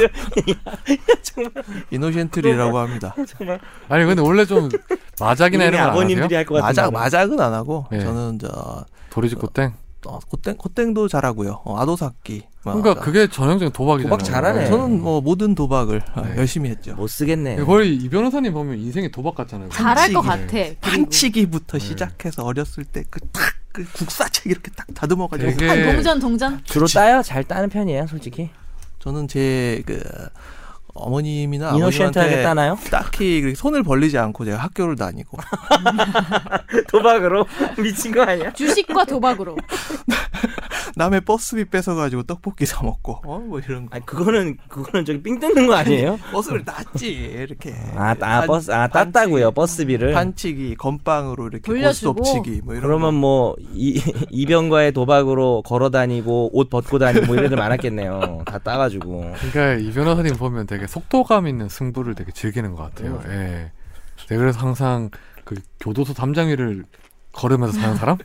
Speaker 2: 정말
Speaker 4: 이노센트리라고 합니다.
Speaker 1: 아니 근데 원래 좀 마작이나 이런
Speaker 2: 우리
Speaker 1: 거안 하세요?
Speaker 2: 아버님들이 할 것 같은
Speaker 4: 마작
Speaker 2: 발음.
Speaker 4: 마작은 안 하고
Speaker 2: 예.
Speaker 1: 네.
Speaker 4: 저는 저
Speaker 1: 도리지코땡.
Speaker 4: 어, 콧땡 콧땡도 잘하고요. 어, 아도사기. 뭐
Speaker 1: 그러니까
Speaker 4: 아까-
Speaker 1: 그게 전형적인 도박이잖아요.
Speaker 2: 도박 잘하네. 뭐
Speaker 4: 저는 뭐 모든 도박을 아,
Speaker 1: 네.
Speaker 4: 열심히 했죠.
Speaker 2: 못 쓰겠네
Speaker 1: 거의 이 변호사님 보면 인생이 도박 같잖아요.
Speaker 3: 잘할 것 같아.
Speaker 1: 반칙이네.
Speaker 3: 그리고.
Speaker 4: 판치기부터
Speaker 1: 네.
Speaker 4: 시작해서 어렸을 때 그탁그 국사책 이렇게 딱 다듬어가지고
Speaker 2: 네.
Speaker 1: 되게
Speaker 3: 아, 동전 동전.
Speaker 2: 주로 따요? 잘 따는 편이에요 솔직히
Speaker 4: 저는 제 그 어머님이나
Speaker 2: 이노센트하게
Speaker 4: 아버님한테
Speaker 2: 따나요?
Speaker 4: 딱히 그렇게 손을 벌리지 않고 제가 학교를 다니고
Speaker 2: 도박으로 미친 거 아니야?
Speaker 3: 주식과 도박으로.
Speaker 4: 남의 버스비 뺏어가지고 떡볶이 사 먹고 어 뭐 이런 거
Speaker 2: 아니 그거는 그거는 저기 삥 뜯는 거 아니에요?
Speaker 4: 버스비를 땄지 이렇게
Speaker 2: 아, 아
Speaker 4: 반-
Speaker 2: 버스 아
Speaker 4: 반칙.
Speaker 2: 땄다고요 버스비를.
Speaker 4: 반치기 건빵으로 이렇게
Speaker 3: 돌려주고.
Speaker 4: 보스톱치기 뭐 이런
Speaker 2: 그러면 뭐 이, 이병과의 도박으로 걸어 다니고 옷 벗고 다니고 뭐 이런 애들 많았겠네요. 다 따가지고.
Speaker 1: 그러니까 이 변호사님 보면 되게 속도감 있는 승부를 되게 즐기는 것 같아요.
Speaker 2: 음.
Speaker 1: 예. 네, 그래서 항상 그 교도소 담장 위를 걸으면서 사는 사람?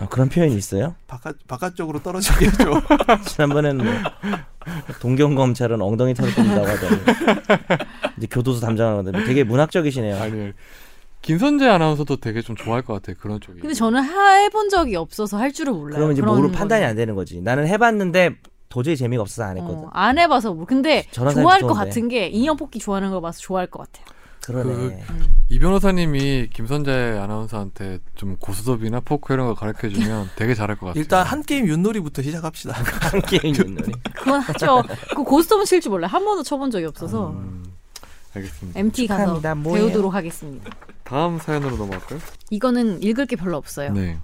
Speaker 2: 아, 그런 표현이 있어요?
Speaker 4: 바깥 바깥쪽으로 떨어지게 해줘
Speaker 2: 지난번에는 뭐 동경 검찰은 엉덩이 털을 뽑는다고 하더니 이제 교도소 담당을 하는데 되게 문학적이시네요.
Speaker 1: 아니 김선재 아나운서도 되게 좀 좋아할 것 같아요. 그런 쪽이.
Speaker 3: 근데 저는 하- 해본 적이 없어서 할 줄을 몰라요.
Speaker 2: 그러면 이제
Speaker 3: 그런
Speaker 2: 모르
Speaker 3: 거는.
Speaker 2: 판단이 안 되는 거지. 나는 해봤는데 도저히 재미가 없어서 안 했거든.
Speaker 3: 어, 안 해봐서 뭐. 근데
Speaker 2: 저런 사람
Speaker 3: 좋아할 것
Speaker 2: 무서운데.
Speaker 3: 같은 게 인형 뽑기 좋아하는 거 봐서 좋아할 것 같아요.
Speaker 2: 그러네.
Speaker 1: 이 변호사님이 김선재 아나운서한테 좀 고스톱이나 포크 이런 거 가르쳐 주면 되게 잘할 것 같아요.
Speaker 4: 일단 한 게임 윷놀이부터 시작합시다
Speaker 2: 한 게임 윷놀이.
Speaker 3: 그건 하죠. 그 고스톱은 칠지 몰라요. 한 번도 쳐본 적이 없어서
Speaker 1: 음, 알겠습니다.
Speaker 3: MT 가서
Speaker 2: 축하합니다. 뭐예요?
Speaker 3: 배우도록 하겠습니다.
Speaker 1: 다음 사연으로 넘어갈까요?
Speaker 3: 이거는 읽을 게 별로 없어요.
Speaker 1: 네.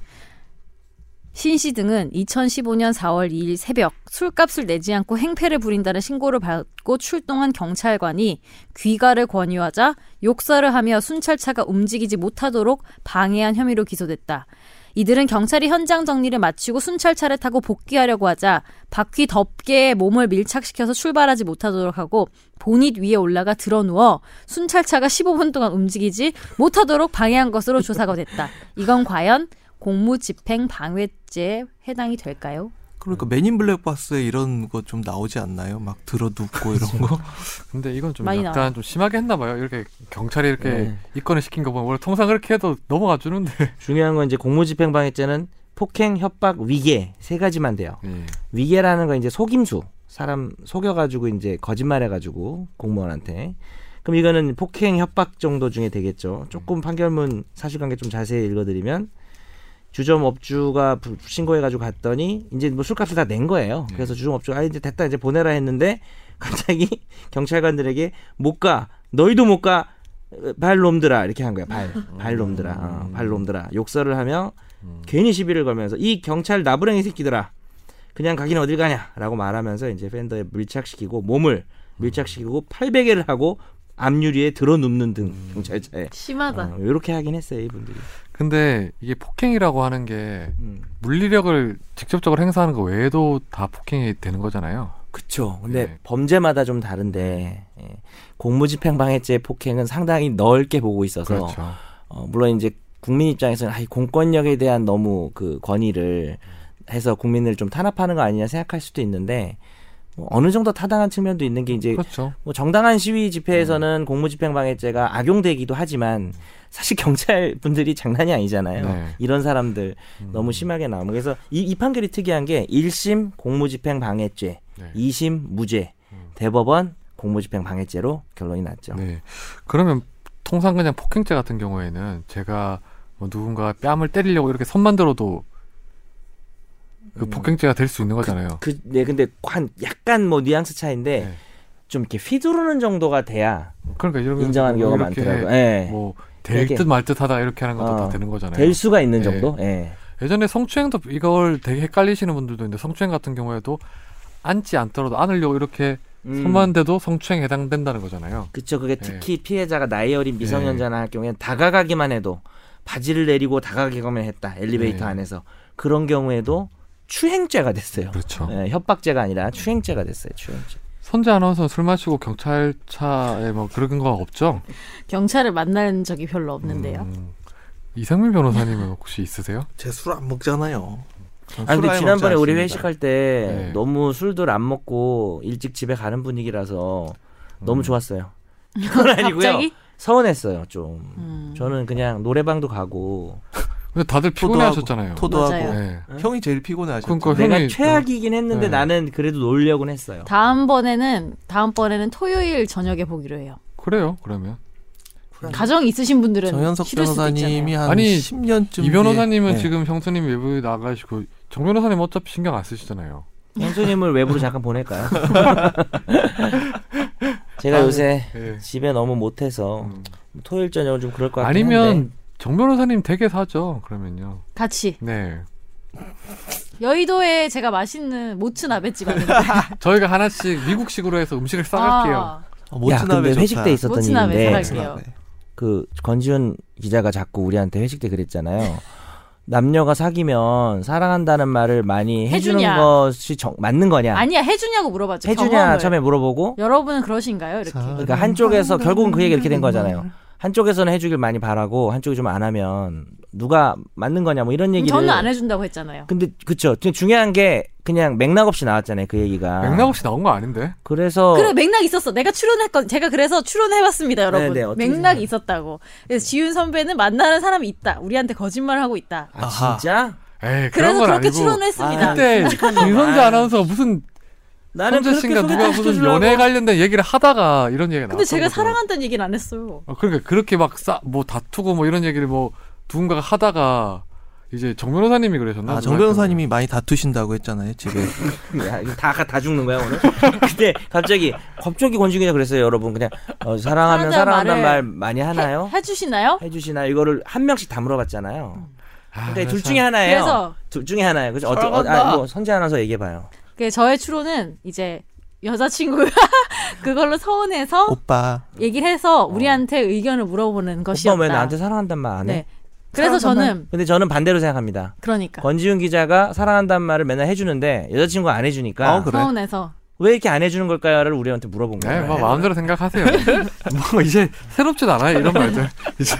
Speaker 3: 신 씨 등은 2015년 4월 2일 새벽 술값을 내지 않고 행패를 부린다는 신고를 받고 출동한 경찰관이 귀가를 권유하자 욕설을 하며 순찰차가 움직이지 못하도록 방해한 혐의로 기소됐다. 이들은 경찰이 현장 정리를 마치고 순찰차를 타고 복귀하려고 하자 바퀴 덮개에 몸을 밀착시켜서 출발하지 못하도록 하고 보닛 위에 올라가 드러누워 순찰차가 15분 동안 움직이지 못하도록 방해한 것으로 조사가 됐다. 이건 과연 공무집행 방해죄에 해당이 될까요?
Speaker 1: 음.
Speaker 4: 그러니까 맨인 블랙박스에 이런 거 좀 나오지 않나요 막 들어눕고 이런 거
Speaker 1: 근데 이건 좀
Speaker 3: 많이
Speaker 1: 약간
Speaker 3: 나와요.
Speaker 1: 좀 심하게 했나 봐요. 이렇게 경찰이 이렇게
Speaker 2: 네.
Speaker 1: 입건을 시킨 거 보면 원래 통상 그렇게 해도 넘어가 주는데.
Speaker 2: 중요한 건 이제 공무집행방해죄는 폭행, 협박, 위계 세 가지만 돼요.
Speaker 1: 예.
Speaker 2: 위계라는 건 이제 속임수. 사람 속여가지고 이제 거짓말해가지고 공무원한테. 그럼 이거는 폭행 협박 정도 중에 되겠죠. 조금 판결문 사실관계 좀 자세히 읽어드리면 주점 업주가 부- 신고해가지고 갔더니 이제 뭐 술값을 다 낸 거예요. 그래서 주점 업주가 아 이제 됐다 이제 보내라 했는데 갑자기 경찰관들에게 못 가. 너희도 못 가. 어, 발놈들아 이렇게 한 거야 발 발놈들아 어, 발놈들아 욕설을 하며 괜히 시비를 걸면서 이 경찰 나부랭이 새끼들아 그냥 가긴 어딜 가냐라고 말하면서 이제 팬더에 밀착시키고 몸을 밀착시키고 팔베개를 하고 앞유리에 들어 눕는 등 경찰차에
Speaker 3: 심하다.
Speaker 2: 어, 이렇게 하긴 했어요 이분들이.
Speaker 1: 근데 이게 폭행이라고 하는 게
Speaker 2: 음.
Speaker 1: 물리력을 직접적으로 행사하는 거 외에도 다 폭행이 되는 거잖아요.
Speaker 2: 그쵸. 근데
Speaker 1: 네.
Speaker 2: 범죄마다 좀 다른데 예. 공무집행방해죄 폭행은 상당히 넓게 보고 있어서
Speaker 1: 그렇죠.
Speaker 2: 어, 물론 이제 국민 입장에서는 아, 이 공권력에 대한 너무 그 권위를 해서 국민을 좀 탄압하는 거 아니냐 생각할 수도 있는데 뭐 어느 정도 타당한 측면도 있는 게 이제
Speaker 1: 그렇죠.
Speaker 2: 뭐 정당한 시위 집회에서는
Speaker 1: 음.
Speaker 2: 공무집행방해죄가 악용되기도 하지만 사실 경찰 분들이 장난이 아니잖아요.
Speaker 1: 네. 음.
Speaker 2: 이런 사람들 너무 심하게 나오면 그래서 이, 이 판결이 특이한 게 1심 공무집행방해죄,
Speaker 1: 네.
Speaker 2: 2심 무죄, 대법원 공무집행방해죄로 결론이 났죠.
Speaker 1: 음. 네. 그러면 통상 그냥 폭행죄 같은 경우에는 제가 뭐 누군가 뺨을 때리려고 이렇게 손만 들어도 그 폭행죄가 될 수 있는 거잖아요.
Speaker 2: 음. 그, 네, 근데 한 약간 뭐 뉘앙스 차인데
Speaker 1: 네.
Speaker 2: 좀 이렇게 휘두르는 정도가 돼야
Speaker 1: 그, 러니까 이런
Speaker 2: 인정하는 경우가
Speaker 1: 이렇게
Speaker 2: 많더라고요. 예.
Speaker 1: 뭐
Speaker 2: 이렇게.
Speaker 1: 될 듯 말 듯하다 이렇게 하는 것도
Speaker 2: 어,
Speaker 1: 다 되는 거잖아요.
Speaker 2: 될 수가 있는
Speaker 1: 예.
Speaker 2: 정도? 예.
Speaker 1: 예전에 성추행도 이걸 되게 헷갈리시는 분들도 있는데 성추행 같은 경우에도 앉지 않더라도 안으려고 이렇게
Speaker 2: 음.
Speaker 1: 손만 대도 성추행 해당된다는 거잖아요.
Speaker 2: 그쵸 그게 특히
Speaker 4: 예.
Speaker 2: 피해자가 나이 어린 미성년자나 할 경우에는 다가가기만 해도 바지를 내리고 다가가기만 했다 엘리베이터
Speaker 4: 예.
Speaker 1: 네.
Speaker 2: 안에서 그런 경우에도 추행죄가 됐어요
Speaker 1: 그렇죠.
Speaker 2: 예, 협박죄가 아니라 추행죄가 됐어요 추행죄
Speaker 1: 선재 아나운서는 술 마시고 경찰차에 뭐 그런 거 없죠?
Speaker 3: 경찰을 만난 적이 별로 없는데요.
Speaker 1: 음. 이상민 변호사님은 혹시 있으세요?
Speaker 5: 제 술 안 먹.
Speaker 4: 먹잖아요 전
Speaker 2: 아
Speaker 4: 술
Speaker 2: 근데
Speaker 4: 아예
Speaker 2: 지난번에
Speaker 4: 먹지 예.
Speaker 2: 우리
Speaker 4: 않습니다.
Speaker 2: 회식할 때
Speaker 1: 네.
Speaker 2: 너무 술들 안 먹고 일찍 집에 가는 분위기라서
Speaker 4: 음.
Speaker 2: 너무 좋았어요 그건 아니고요
Speaker 3: 갑자기?
Speaker 2: 서운했어요 좀
Speaker 3: 음.
Speaker 2: 저는 그냥 노래방도 가고
Speaker 1: 근데 다들 피곤해하셨잖아요.
Speaker 4: 토도하고
Speaker 3: 맞아요.
Speaker 1: 네.
Speaker 4: 형이 제일 피곤해하셨죠 네.
Speaker 1: 그러니까
Speaker 2: 내가
Speaker 1: 형이
Speaker 2: 최악이긴 했는데
Speaker 4: 예.
Speaker 1: 네.
Speaker 2: 나는 그래도 놀려고는 했어요
Speaker 3: 다음번에는 다음번에는 토요일 저녁에 보기로 해요.
Speaker 1: 그래요. 그러면
Speaker 3: 가정 있으신 분들은
Speaker 4: 정현석
Speaker 3: 싫을 수도
Speaker 4: 변호사님이
Speaker 3: 있잖아요.
Speaker 4: 한
Speaker 1: 아니,
Speaker 4: 10년쯤
Speaker 1: 이 변호사님은
Speaker 2: 네.
Speaker 1: 지금 형수님 외부에 나가시고 정 변호사님 어차피 신경 안 쓰시잖아요.
Speaker 2: 형수님을 외부로 잠깐 보낼까요?
Speaker 4: 아,
Speaker 2: 제가 요새
Speaker 4: 네.
Speaker 1: 예.
Speaker 2: 집에 너무 못해서
Speaker 1: 음.
Speaker 2: 토요일 저녁은 좀 네. 그럴 것 같긴
Speaker 1: 아니면
Speaker 2: 한데
Speaker 1: 정 변호사님 되게 사죠. 그러면요.
Speaker 3: 같이
Speaker 1: 네.
Speaker 3: 여의도에 제가 맛있는 모츠나베집 아는데
Speaker 1: 저희가 하나씩 미국식으로 해서 음식을 싸갈게요.
Speaker 2: 야,
Speaker 4: 아,
Speaker 2: 근데
Speaker 4: 모츠나베
Speaker 2: 회식
Speaker 4: 좋다. 네.
Speaker 2: 때 있었던
Speaker 3: 모츠나베
Speaker 2: 일인데
Speaker 3: 살아있어. 있을게요.
Speaker 2: 그 권지훈 기자가 자꾸 우리한테 회식 때 그랬잖아요. 남녀가 사귀면 사랑한다는 말을 많이 해주는
Speaker 3: 해주냐.
Speaker 2: 것이 정- 맞는 거냐?
Speaker 3: 아니야 해주냐고 물어봤죠.
Speaker 2: 해주냐
Speaker 3: 경험을.
Speaker 2: 처음에 물어보고
Speaker 3: 여러분은 그러신가요? 이렇게.
Speaker 2: 그러니까 한쪽에서 결국은 그 얘기 이렇게 된 거잖아요. 한쪽에서는 해주길 많이 바라고 한쪽이 좀 안 하면 누가 맞는 거냐 뭐 이런 얘기를
Speaker 3: 음, 저는 안 해준다고 했잖아요.
Speaker 2: 근데 그쵸 근데 중요한 게 그냥 맥락 없이 나왔잖아요 그 얘기가
Speaker 1: 맥락 없이 나온 거 아닌데?
Speaker 2: 그래서
Speaker 3: 그래 맥락 있었어. 내가 출연했건 제가 그래서 출연해봤습니다, 여러분.
Speaker 2: 네, 네, 어떻게
Speaker 3: 맥락이 있었다고. 그래서 지윤 선배는 만나는 사람이 있다. 우리한테 거짓말하고 있다.
Speaker 2: 아
Speaker 4: 아하.
Speaker 2: 진짜
Speaker 1: 에이, 그런
Speaker 3: 그래서
Speaker 1: 건
Speaker 3: 그렇게
Speaker 1: 아니고.
Speaker 3: 출연했습니다.
Speaker 2: 아,
Speaker 1: 그때 김선재 아나운서가 무슨
Speaker 2: 나는
Speaker 1: 선재
Speaker 2: 그렇게
Speaker 1: 씨인가 누가 무슨 연애 관련된 얘기를 하다가 이런 얘기가 나왔어.
Speaker 3: 근데 제가 사랑한다는 얘기는 안 했어요.
Speaker 1: 어, 그러니까 그렇게 막싸뭐 다투고 뭐 이런 얘기를 뭐 누군가가 하다가 이제 정 변호사님이 그러셨나?
Speaker 4: 아, 정 변호사님이 많이 다투신다고 했잖아요, 집에.
Speaker 2: 네. 다다 다 죽는 거야 오늘 근데 갑자기 갑자기 권중이가 그랬어요 여러분 그냥 어, 사랑하면
Speaker 3: 사랑한다는
Speaker 2: 사랑한다는 말
Speaker 3: 말을
Speaker 2: 많이 하나요
Speaker 3: 해, 해주시나요?
Speaker 2: 해주시나 이거를 한 명씩 다 물어봤잖아요
Speaker 1: 아,
Speaker 2: 근데 네, 둘
Speaker 1: 그래서-
Speaker 2: 중에 하나예요
Speaker 3: 그래서
Speaker 2: 둘 중에 하나예요 그죠 어쩌 어, 아, 뭐 선재 아나운서 얘기해봐요
Speaker 3: 그 저의 추론은 이제 여자친구가 그걸로 서운해서
Speaker 4: 오빠.
Speaker 3: 얘기를 해서 우리한테 의견을 물어보는 것이었다.
Speaker 2: 어. 오빠 왜 나한테 사랑한단 말 안 해?
Speaker 3: 네. 그래서 저는
Speaker 2: 근데 저는 반대로 생각합니다
Speaker 3: 그러니까
Speaker 2: 권지훈 기자가 사랑한다는 말을 맨날 해주는데 여자친구가 안 해주니까
Speaker 4: 어, 그래.
Speaker 3: 서운해서
Speaker 2: 왜 이렇게 안 해주는 걸까요를 우리한테 물어본
Speaker 1: 네,
Speaker 2: 거예요.
Speaker 1: 뭐 마음대로 생각하세요. 뭐 이제 새롭진 않아요 이런 말들. 이제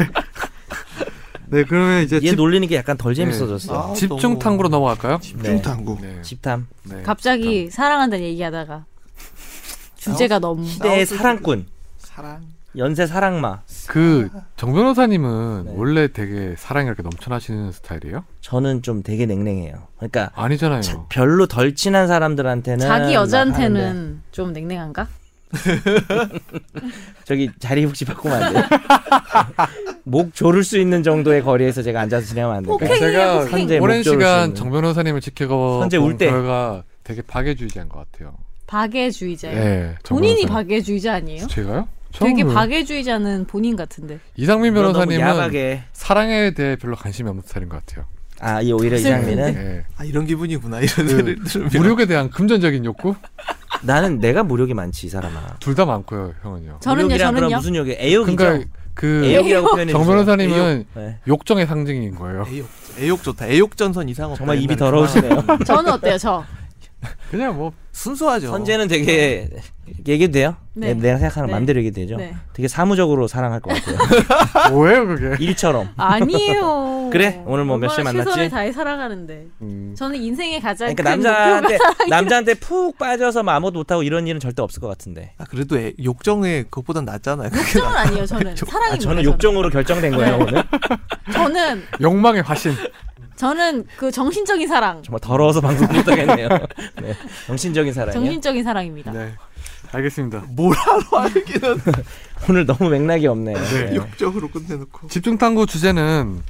Speaker 1: 네 그러면 이제
Speaker 2: 얘
Speaker 1: 집,
Speaker 2: 놀리는 게 약간 덜
Speaker 4: 아,
Speaker 2: 재밌어졌어.
Speaker 1: 집중 탐구로 넘어갈까요?
Speaker 2: 네.
Speaker 5: 중탐구.
Speaker 1: 네.
Speaker 2: 집탐.
Speaker 1: 네.
Speaker 3: 갑자기 사랑한다는 얘기하다가
Speaker 2: 아, 어?
Speaker 3: 주제가 너무
Speaker 2: 시대의 사랑꾼.
Speaker 5: 사랑.
Speaker 2: 연쇄 사랑마.
Speaker 1: 그정 변호사님은
Speaker 2: 네.
Speaker 1: 원래 되게 사랑이 이렇게 넘쳐나시는 스타일이에요?
Speaker 2: 저는 좀 되게 냉랭해요. 그러니까
Speaker 1: 아니잖아요.
Speaker 2: 자- 별로 덜 친한 사람들한테는
Speaker 3: 자기
Speaker 2: 막 하는데
Speaker 3: 여자한테는 좀
Speaker 2: 네.
Speaker 3: 냉랭한가?
Speaker 2: 저기 자리 혹시 바꾸면 안 돼요? 목 조를 수 있는 정도의 거리에서 제가 앉아서 지내면 안
Speaker 1: 어,
Speaker 2: 될까요?
Speaker 3: 폭행.
Speaker 1: 제가
Speaker 3: 폭행.
Speaker 2: 선제
Speaker 1: 네, 오랜
Speaker 2: 목 조를 수
Speaker 1: 시간
Speaker 2: 있는.
Speaker 1: 정 변호사님을 지켜본
Speaker 2: 선제 울 때.
Speaker 1: 결과 되게 박애주의자인 것 같아요.
Speaker 3: 박애주의자. 요
Speaker 1: 네, 정
Speaker 3: 본인이
Speaker 1: 변호사님.
Speaker 3: 박애주의자 아니에요?
Speaker 1: 제가요?
Speaker 3: 되게
Speaker 2: 뭐
Speaker 1: 처음으로.
Speaker 3: 박애주의자는 본인 같은데.
Speaker 1: 이상민
Speaker 2: 이건 너무
Speaker 1: 변호사님은
Speaker 2: 야박해.
Speaker 1: 사랑에 대해 별로 관심이 없는 스타일인 것 같아요.
Speaker 2: 아, 이 오히려 이상민은
Speaker 1: 예.
Speaker 5: 아 이런 기분이구나
Speaker 2: 네.
Speaker 5: 이런
Speaker 1: 그
Speaker 5: 소리를 들으면.
Speaker 1: 무력에 대한 금전적인 욕구
Speaker 2: 나는 내가 무력이 많지 이 사람아.
Speaker 1: 둘 다 많고요, 형은요.
Speaker 3: 저는요,
Speaker 2: 무력이랑 그럼
Speaker 3: 저는요.
Speaker 2: 무슨 욕이 애욕이죠.
Speaker 1: 그러니까 그
Speaker 2: 애욕이라고 표현해
Speaker 1: 정
Speaker 2: 주세요.
Speaker 1: 변호사님은
Speaker 2: 네.
Speaker 1: 욕정의 상징인 거예요.
Speaker 4: 애욕, 애욕 좋다. 애욕 전선 이상 없다.
Speaker 2: 어. 정말 입이
Speaker 4: 옛날에
Speaker 2: 더러우시네요.
Speaker 4: 그만.
Speaker 3: 저는 어때요, 저?
Speaker 1: 그냥 뭐
Speaker 4: 순수하죠.
Speaker 2: 선재는 되게 얘기도 돼요?
Speaker 3: 네.
Speaker 2: 내- 내가 생각하는
Speaker 3: 네.
Speaker 2: 마음대로 얘기 되죠.
Speaker 3: 네.
Speaker 2: 되게 사무적으로 사랑할 것 같아요.
Speaker 1: 뭐예요 그게?
Speaker 2: 일처럼.
Speaker 3: 아니에요.
Speaker 2: 그래? 오늘 뭐몇 시에
Speaker 3: 얼마나 최선을
Speaker 2: 만났지?
Speaker 3: 다해 살아가는데.
Speaker 1: 음,
Speaker 3: 저는 인생의 가장
Speaker 2: 그러니까
Speaker 3: 큰 목표가
Speaker 2: 남자한테 남자한테 푹 빠져서 뭐 아무것도 못하고 이런 일은 절대 없을 것 같은데.
Speaker 4: 아, 그래도 애, 욕정에 그것보단 낫잖아요. 그게
Speaker 3: 욕정은 아니에요, 저는. 사랑입니다.
Speaker 2: 아, 저는 욕정으로 결정된 거예요 오늘.
Speaker 3: 저는
Speaker 1: 욕망의 화신.
Speaker 3: 저는 그 정신적인 사랑.
Speaker 2: 정말 더러워서 방송 못하겠네요. 네. 정신적인 사랑이요.
Speaker 3: 정신적인 사랑입니다.
Speaker 1: 네, 알겠습니다.
Speaker 5: 뭐라고 알기는
Speaker 2: 오늘 너무 맥락이 없네요.
Speaker 1: 네.
Speaker 2: 네.
Speaker 5: 욕적으로 끝내놓고.
Speaker 1: 집중 탐구 주제는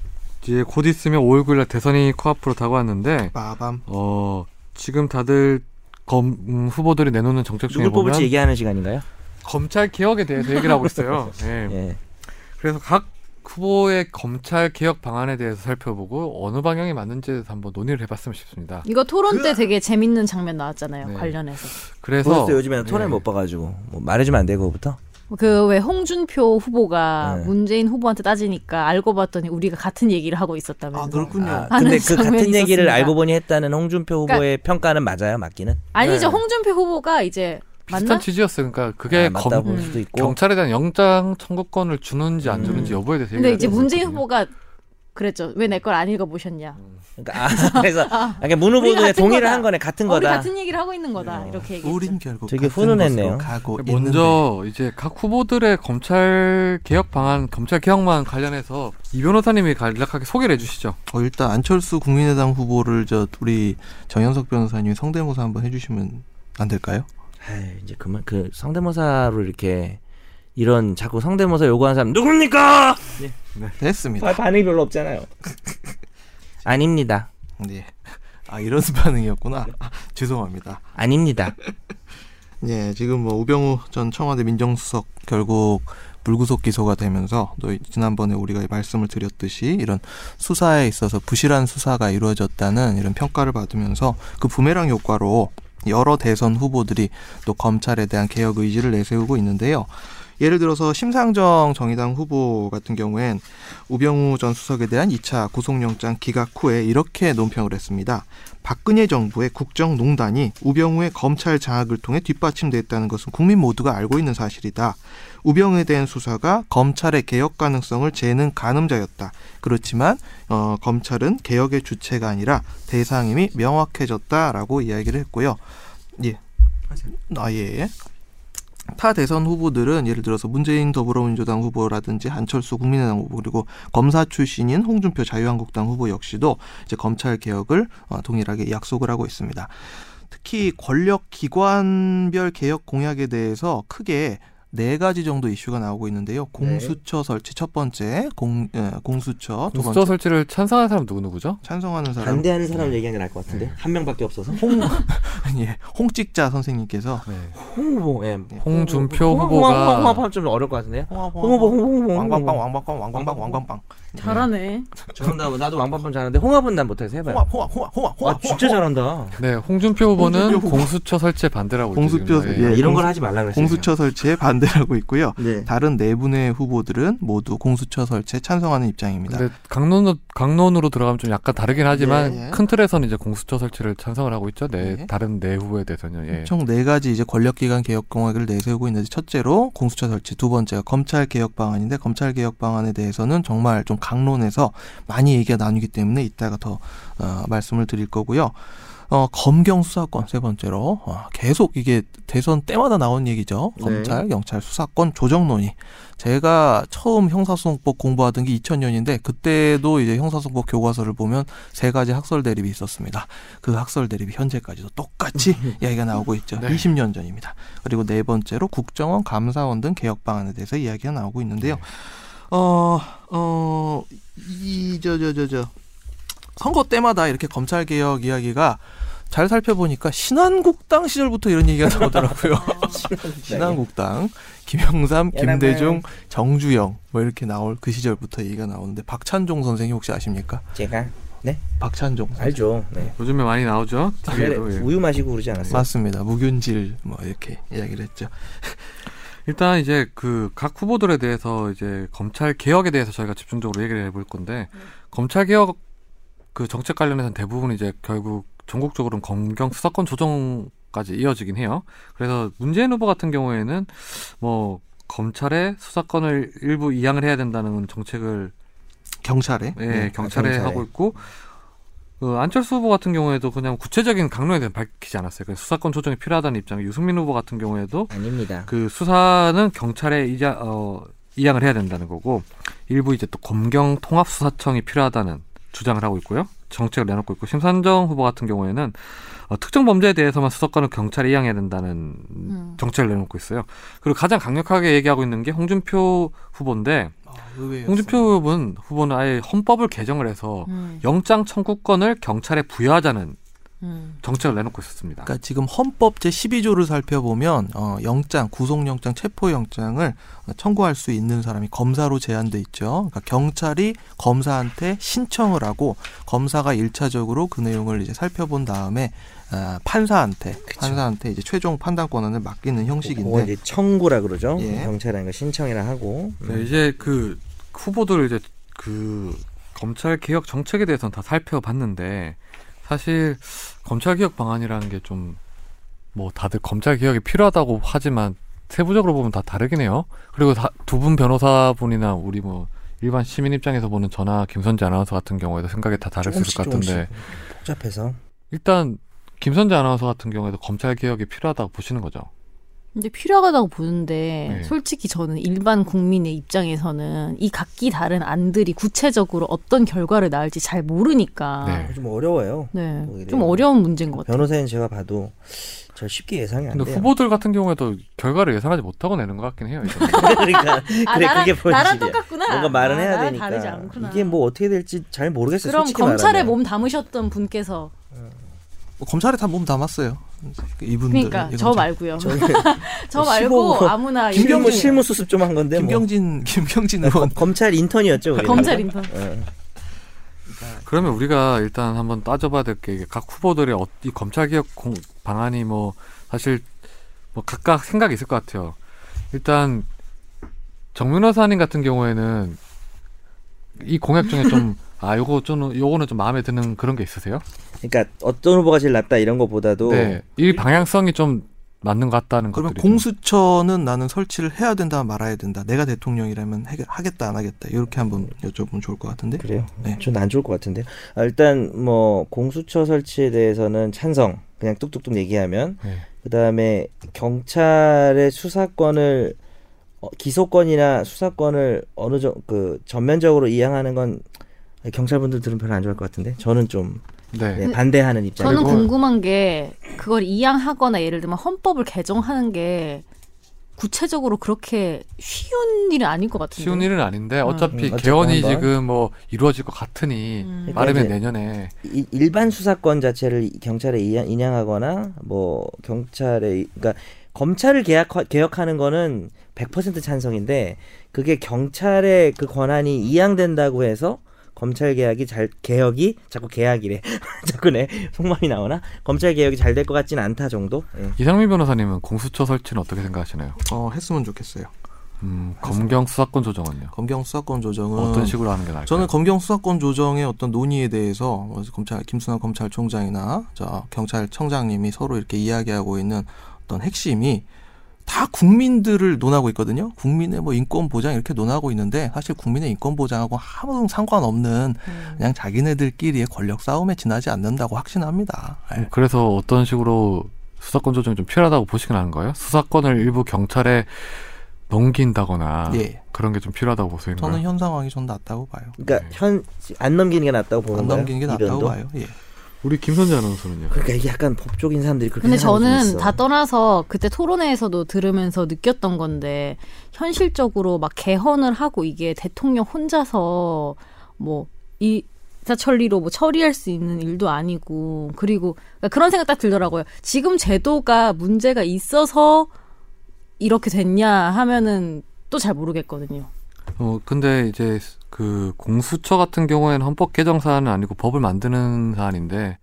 Speaker 1: 이제 곧 있으면 5월 9일날 대선이 코앞으로 다가왔는데
Speaker 5: 빠밤.
Speaker 1: 어 지금 다들 검 음, 후보들이 내놓는 정책 중에
Speaker 2: 누굴
Speaker 1: 보면
Speaker 2: 뽑을지 얘기하는 시간인가요?
Speaker 1: 검찰 개혁에 대해서 얘기를 하고 있어요. 예.
Speaker 2: 예.
Speaker 1: 그래서 각 후보의 검찰 개혁 방안에 대해서 살펴보고 어느 방향이 맞는지에 대해서 한번 논의를 해봤으면 싶습니다.
Speaker 3: 이거 토론
Speaker 2: 그
Speaker 3: 때 되게 재밌는 장면 나왔잖아요.
Speaker 1: 네.
Speaker 3: 관련해서.
Speaker 1: 그래서
Speaker 2: 보셨어요 요즘에는 토론을
Speaker 1: 예.
Speaker 2: 못 봐가지고 뭐 말해주면 안 돼 그거부터.
Speaker 3: 그 왜 홍준표 후보가
Speaker 2: 네.
Speaker 3: 문재인 후보한테 따지니까 알고 봤더니 우리가 같은 얘기를 하고 있었다면서.
Speaker 5: 아 그렇군요.
Speaker 2: 아,
Speaker 3: 하는
Speaker 2: 근데 그 같은
Speaker 3: 장면이
Speaker 2: 얘기를
Speaker 3: 있었습니다. 그러니까
Speaker 2: 알고 보니 했다는 홍준표 후보의 평가는 맞아요, 맞기는.
Speaker 3: 니
Speaker 1: 네.
Speaker 3: 죠 홍준표 후보가 이제
Speaker 1: 비슷한
Speaker 3: 맞나?
Speaker 1: 취지였어요. 그러니까
Speaker 2: 아,
Speaker 1: 그게
Speaker 2: 맞다
Speaker 1: 검,
Speaker 2: 볼
Speaker 3: 음.
Speaker 2: 수도 있고.
Speaker 1: 경찰에 대한 영장 청구권을 주는지 안
Speaker 2: 음.
Speaker 1: 주는지 여부에 대해서
Speaker 3: 근데
Speaker 1: 얘기를
Speaker 3: 이제
Speaker 1: 하고
Speaker 3: 문재인
Speaker 1: 있었거든요.
Speaker 3: 후보가 그랬죠. 왜 내 걸 안 읽어 보셨냐.
Speaker 2: 그러니까 아, 그래서 아, 그러니까 문
Speaker 3: 우리
Speaker 2: 후보도
Speaker 3: 같은
Speaker 2: 동의를
Speaker 3: 거다. 어,
Speaker 2: 한 거네, 같은
Speaker 3: 우리
Speaker 2: 거다. 네.
Speaker 3: 같은 얘기를 하고 있는 거다. 이렇게 얘기했죠.
Speaker 4: 우린 결국
Speaker 2: 되게
Speaker 4: 같은
Speaker 2: 훈훈했네요.
Speaker 4: 곳으로 가고 있는데.
Speaker 1: 그러니까 먼저 이제 각 후보들의 검찰 개혁 방안, 검찰 개혁만 관련해서 이 변호사님이 간략하게 소개를 해주시죠.
Speaker 4: 어, 일단 안철수 국민의당 후보를 저 우리 정현석 변호사님이 성대모사 한번 해주시면 안 될까요?
Speaker 2: 에이, 이제 그만 그 성대모사로 이렇게 이런 자꾸 성대모사 요구하는 사람 누굽니까?
Speaker 4: 됐습니다.
Speaker 2: 반응이 별로 없잖아요. 아닙니다.
Speaker 4: 네. 아 이런 반응이었구나. 아, 죄송합니다.
Speaker 2: 아닙니다.
Speaker 4: 예, 지금 뭐 우병우 전 청와대 민정수석 결국 불구속 기소가 되면서 또 이- 지난번에 우리가 말씀을 드렸듯이 이런 수사에 있어서 부실한 수사가 이루어졌다는 이런 평가를 받으면서 그 부메랑 효과로 여러 대선 후보들이 또 검찰에 대한 개혁 의지를 내세우고 있는데요. 예를 들어서 심상정 정의당 후보 같은 경우엔 우병우 전 수석에 대한 2차 구속영장 기각 후에 이렇게 논평을 했습니다. 박근혜 정부의 국정농단이 우병우의 검찰 장악을 통해 뒷받침됐다는 것은 국민 모두가 알고 있는 사실이다. 우병우에 대한 수사가 검찰의 개혁 가능성을 재는 가늠자였다. 그렇지만 어, 검찰은 개혁의 주체가 아니라 대상임이 명확해졌다라고 이야기를 했고요. 예. 아 예. 타 대선 후보들은 예를 들어서 문재인 더불어민주당 후보라든지 한철수 국민의당 후보 그리고 검사 출신인 홍준표 자유한국당 후보 역시도 이제 검찰 개혁을 어, 동일하게 약속을 하고 있습니다. 특히 권력 기관별 개혁 공약에 대해서 크게 네 가지 정도 이슈가 나오고 있는데요. 공수처 설치 첫 번째, 공 예, 네. 공수처 두 번째
Speaker 1: 공수처 설치를 찬성한 사람 누구 누구죠?
Speaker 4: 찬성하는 사람
Speaker 2: 반대하는 사람 얘기하는 게 나을 것 같은데 한 명밖에 없어서 네. 홍
Speaker 4: 예, 홍직자 선생님께서
Speaker 2: 홍보 예
Speaker 1: 홍준표
Speaker 2: 홍-
Speaker 1: 후보가-
Speaker 2: 홍- 홍- 홍- 홍- 좀 어려울 것 같은데 홍 후보 홍 홍- 홍
Speaker 4: 왕방빵
Speaker 2: 홍
Speaker 4: 왕방빵 왕방빵 왕방빵
Speaker 3: 잘하네.
Speaker 2: 잘한다 뭐 나도 왕밤밤 잘하는데 홍합은 난 못해서 해봐요.
Speaker 4: 홍합 홍합 홍합 홍합
Speaker 2: 아
Speaker 4: 홍합
Speaker 2: 진짜 잘한다.
Speaker 1: 네, 홍준표 후보는 공수처 설치에 반대라고
Speaker 4: 공수처
Speaker 1: 지금,
Speaker 4: 예.
Speaker 2: 네, 이런
Speaker 4: 공수-
Speaker 2: 걸 하지 말라 그랬어요.
Speaker 4: 공수처 설치에 반대라고 있고요.
Speaker 2: 네.
Speaker 4: 다른 네 분의 후보들은 모두 공수처 설치에 찬성하는
Speaker 2: 네.
Speaker 4: 입장입니다.
Speaker 1: 근데 강론 강론으로 들어가면 좀 약간 다르긴 하지만
Speaker 4: 예, 예.
Speaker 1: 큰 틀에서는 이제 공수처 설치를 찬성을 하고 있죠. 네,
Speaker 4: 예.
Speaker 1: 다른 내 후보에 대해서는 예.
Speaker 4: 총 네 가지 이제 권력기관 개혁 공약을 내세우고 있는데 첫째로 공수처 설치, 두 번째가 검찰 개혁 방안인데 검찰 개혁 방안에 대해서는 정말 좀 강론해서 많이 얘기가 나누기 때문에 이따가 더 어, 말씀을 드릴 거고요. 어, 검경 수사권 세 번째로 어, 계속 이게 대선 때마다 나온 얘기죠. 검찰, 경찰 수사권 조정 논의. 제가 처음 형사소송법 공부하던 게 2000년인데 그때도 이제 형사소송법 교과서를 보면 세 가지 학설 대립이 있었습니다. 그 학설 대립이 현재까지도 똑같이 이야기가 나오고 있죠.
Speaker 1: 네.
Speaker 4: 20년 전입니다. 그리고 네 번째로 국정원, 감사원 등 개혁 방안에 대해서 이야기가 나오고 있는데요. 어, 어, 이, 저, 저, 저, 저. 선거 때마다 이렇게 검찰 개혁 이야기가 잘 살펴보니까 신한국당 시절부터 이런 얘기가 나오더라고요. 신한국당, 김영삼, 김대중, 정주영 뭐 이렇게 나올 그 시절부터 얘기가 나오는데 박찬종 선생님 혹시 아십니까?
Speaker 2: 제가
Speaker 4: 박찬종 선생님.
Speaker 2: 알죠. 네.
Speaker 1: 요즘에 많이 나오죠.
Speaker 4: 네.
Speaker 2: 옛날에
Speaker 1: TV에도, 예.
Speaker 2: 우유 마시고 그러지 않았어요.
Speaker 4: 맞습니다. 무균질 뭐 이렇게 이야기를 했죠.
Speaker 1: 일단 이제 그 각 후보들에 대해서 이제 검찰 개혁에 대해서 저희가 집중적으로 얘기를 해볼 건데 검찰 개혁 그 정책 관련해서는 대부분 이제 결국 전국적으로는 검경 수사권 조정까지 이어지긴 해요. 그래서 문재인 후보 같은 경우에는 뭐 검찰의 수사권을 일부 이양을 해야 된다는 정책을
Speaker 4: 경찰에
Speaker 1: 예,
Speaker 4: 네.
Speaker 1: 경찰에,
Speaker 2: 경찰에.
Speaker 1: 하고 있고 그 안철수 후보 같은 경우에도 그냥 구체적인 강론에 대해 밝히지 않았어요. 그래서 수사권 조정이 필요하다는 입장. 유승민 후보 같은 경우에도
Speaker 2: 아닙니다.
Speaker 1: 그 수사는 경찰에 이자, 어, 이양을 해야 된다는 거고 일부 이제 또 검경 통합 수사청이 필요하다는 주장을 하고 있고요. 정책을 내놓고 있고 심산정 후보 같은 경우에는 어, 특정 범죄에 대해서만 수사권을 경찰에 이양해야 된다는
Speaker 3: 음.
Speaker 1: 정책을 내놓고 있어요. 그리고 가장 강력하게 얘기하고 있는 게 홍준표 후보인데
Speaker 4: 아, 의외였어요.
Speaker 1: 예, 홍준표 후보는 후보는 아예 헌법을 개정을 해서
Speaker 3: 음.
Speaker 1: 영장 청구권을 경찰에 부여하자는
Speaker 3: 음.
Speaker 1: 정책을 내놓고 있었습니다.
Speaker 4: 그러니까 지금 헌법 제 12조를 살펴보면 어, 영장, 구속영장, 체포영장을 청구할 수 있는 사람이 검사로 제한돼 있죠. 그러니까 경찰이 검사한테 신청을 하고 검사가 일차적으로 그 내용을 이제 살펴본 다음에 아, 판사한테 판사한테 이제 최종 판단권을 맡기는
Speaker 2: 그건
Speaker 4: 형식인데
Speaker 2: 이제 청구라 그러죠.
Speaker 4: 예.
Speaker 2: 경찰이랑 신청이라 하고. 음.
Speaker 1: 네, 이제 그 후보들 이제 그 검찰 개혁 정책에 대해서는 다 살펴봤는데 사실 검찰 개혁 방안이라는 게 좀 뭐 다들 검찰 개혁이 필요하다고 하지만 세부적으로 보면 다 다르긴 해요. 그리고 두 분 변호사분이나 우리 뭐 일반 시민 입장에서 보는 저나 김선재 아나운서 같은 경우에도 생각이 다 다를 수 있을
Speaker 2: 조금씩
Speaker 1: 것 같은데
Speaker 2: 조금씩 복잡해서
Speaker 1: 일단 김선재 아나운서 같은 경우에도 검찰 개혁이 필요하다고 보시는 거죠.
Speaker 3: 근데 필요하다고 보는데
Speaker 1: 네.
Speaker 3: 솔직히 저는 일반 국민의 입장에서는 이 각기 다른 안들이 구체적으로 어떤 결과를 낳을지 잘 모르니까
Speaker 1: 네.
Speaker 2: 좀 어려워요.
Speaker 3: 네.
Speaker 2: 오히려.
Speaker 3: 좀 어려운 문제인 것 같아요.
Speaker 2: 변호사인 제가 봐도 저 쉽게 예상이 안
Speaker 4: 네.
Speaker 1: 근데
Speaker 2: 돼요.
Speaker 1: 후보들 같은 경우에도 결과를 예상하지 못하고 내는 것 같긴 해요.
Speaker 4: 네.
Speaker 1: 이거는.
Speaker 2: 그러니까
Speaker 3: 아,
Speaker 2: 그래
Speaker 3: 나랑-
Speaker 2: 그게 본질이야.
Speaker 3: 나랑 똑같구나.
Speaker 2: 뭔가 말은
Speaker 3: 아,
Speaker 2: 해야
Speaker 3: 나랑
Speaker 2: 되니까
Speaker 3: 다르지 않구나.
Speaker 2: 이게 뭐 어떻게 될지 잘 모르겠어요.
Speaker 3: 그럼
Speaker 2: 솔직히
Speaker 3: 검찰에
Speaker 2: 말하면.
Speaker 3: 몸 담으셨던 분께서
Speaker 4: 뭐 검찰에 다 몸 담았어요. 이분들
Speaker 3: 그러니까
Speaker 4: 이건
Speaker 3: 저
Speaker 4: 좀-
Speaker 3: 말고요. 저,
Speaker 2: 십오
Speaker 3: 말고
Speaker 2: 호
Speaker 3: 아무나
Speaker 2: 김경호
Speaker 3: 이런-
Speaker 2: 실무 수습 좀 한 건데 뭐.
Speaker 4: 김경진 김경진
Speaker 2: 네,
Speaker 4: 의원
Speaker 2: 검- 검찰 인턴이었죠. 우리가.
Speaker 3: 검찰 인턴.
Speaker 2: 예.
Speaker 1: 그러면 우리가 일단 한번 따져봐야 될 게 각 후보들의 어, 이 검찰 개혁 공- 방안이 뭐 사실 뭐 각각 생각이 있을 것 같아요. 일단 정윤호 사님 같은 경우에는 이 공약 중에 좀 아, 요거 좀 요거는 좀 마음에 드는 그런 게 있으세요?
Speaker 2: 그러니까 어떤 후보가 제일 낫다 이런 것보다도
Speaker 1: 네. 이 방향성이 좀 맞는 것 같다는
Speaker 4: 어. 그러면
Speaker 1: 것들이 좀-
Speaker 4: 공수처는 나는 설치를 해야 된다 말아야 된다 내가 대통령이라면 해- 하겠다 안 하겠다 이렇게 한번 여쭤보면 좋을 것 같은데
Speaker 1: 그렇죠.
Speaker 2: 그래요.
Speaker 4: 네.
Speaker 2: 전 안 좋을 것 같은데. 아, 일단 뭐 공수처 설치에 대해서는 찬성. 그냥 뚝뚝뚝 얘기하면
Speaker 1: 네.
Speaker 2: 그다음에 경찰의 수사권을 어, 기소권이나 수사권을 어느 정그 전면적으로 이양하는 건 경찰분들 들은 별로 안 좋아할 것 같은데 저는 좀
Speaker 1: 네.
Speaker 2: 네, 반대하는 입장.
Speaker 3: 저는
Speaker 1: 그리고-
Speaker 3: 궁금한 게 그걸 이양하거나 예를 들면 헌법을 개정하는 게 구체적으로 그렇게 쉬운 일은 아닐 것 같은데.
Speaker 1: 쉬운 일은 아닌데 어차피
Speaker 2: 어쨌건
Speaker 1: 개헌이
Speaker 2: 한번.
Speaker 1: 지금 뭐 이루어질 것 같으니
Speaker 3: 음.
Speaker 1: 말하면
Speaker 2: 이제-
Speaker 1: 내년에
Speaker 2: 이- 일반 수사권 자체를 이- 경찰에 이양- 인양하거나 뭐 경찰에 이- 그러니까 검찰을 개혁, 개혁하는 거는 100% 찬성인데 그게 경찰의 그 권한이 이양된다고 해서 검찰 개혁이 잘 개혁이 자꾸 개혁이래 자꾸네 속마음이 나오나 검찰 개혁이 잘 될 것 같지는 않다 정도 예.
Speaker 1: 이상민 변호사님은 공수처 설치는 어떻게 생각하시나요?
Speaker 4: 어 했으면 좋겠어요.
Speaker 1: 음, 검경 수사권 조정은요?
Speaker 4: 검경 수사권 조정은
Speaker 1: 어떤 식으로 하는 게
Speaker 2: 아,
Speaker 1: 나을까요?
Speaker 4: 음, 저는 검경 수사권 조정의 어떤 논의에 대해서 뭐 검찰 김순환 검찰총장이나 저 경찰청장님이 서로 이렇게 이야기하고 있는 어떤 핵심이 다 국민들을 논하고 있거든요. 국민의 뭐 인권 보장 이렇게 논하고 있는데 사실 국민의 인권 보장하고 아무 상관없는
Speaker 1: 음.
Speaker 4: 그냥 자기네들끼리의 권력 싸움에 지나지 않는다고 확신합니다. 예.
Speaker 1: 음, 그래서 어떤 식으로 수사권 조정이 좀 필요하다고 보시긴 하는 거예요? 수사권을 일부 경찰에 넘긴다거나
Speaker 4: 예.
Speaker 1: 그런 게 좀 필요하다고 보시는
Speaker 4: 저는
Speaker 1: 거예요?
Speaker 4: 현 상황이 좀 낫다고 봐요.
Speaker 2: 그러니까 현 안 넘기는 게 낫다고 보는
Speaker 4: 네. 안
Speaker 2: 거예요
Speaker 4: 넘기는 게
Speaker 2: 이
Speaker 4: 낫다고
Speaker 2: 변도?
Speaker 4: 봐요. 예.
Speaker 1: 우리 김선재 아나운서는요?
Speaker 2: 그러니까 이게 약간 법적인 사람들이 그렇게
Speaker 3: 근데
Speaker 2: 생각하는 사람이 있어.
Speaker 3: 저는 다 떠나서 그때 토론회에서도 들으면서 느꼈던 건데 현실적으로 막 개헌을 하고 이게 대통령 혼자서 뭐 이 사천리로 뭐 처리할 수 있는 일도 아니고 그리고 그러니까 그런 생각 딱 들더라고요. 지금 제도가 문제가 있어서 이렇게 됐냐 하면은 또 잘 모르겠거든요.
Speaker 1: 어, 근데 이제 그 공수처 같은 경우에는 헌법 개정 사안은 아니고 법을 만드는 사안인데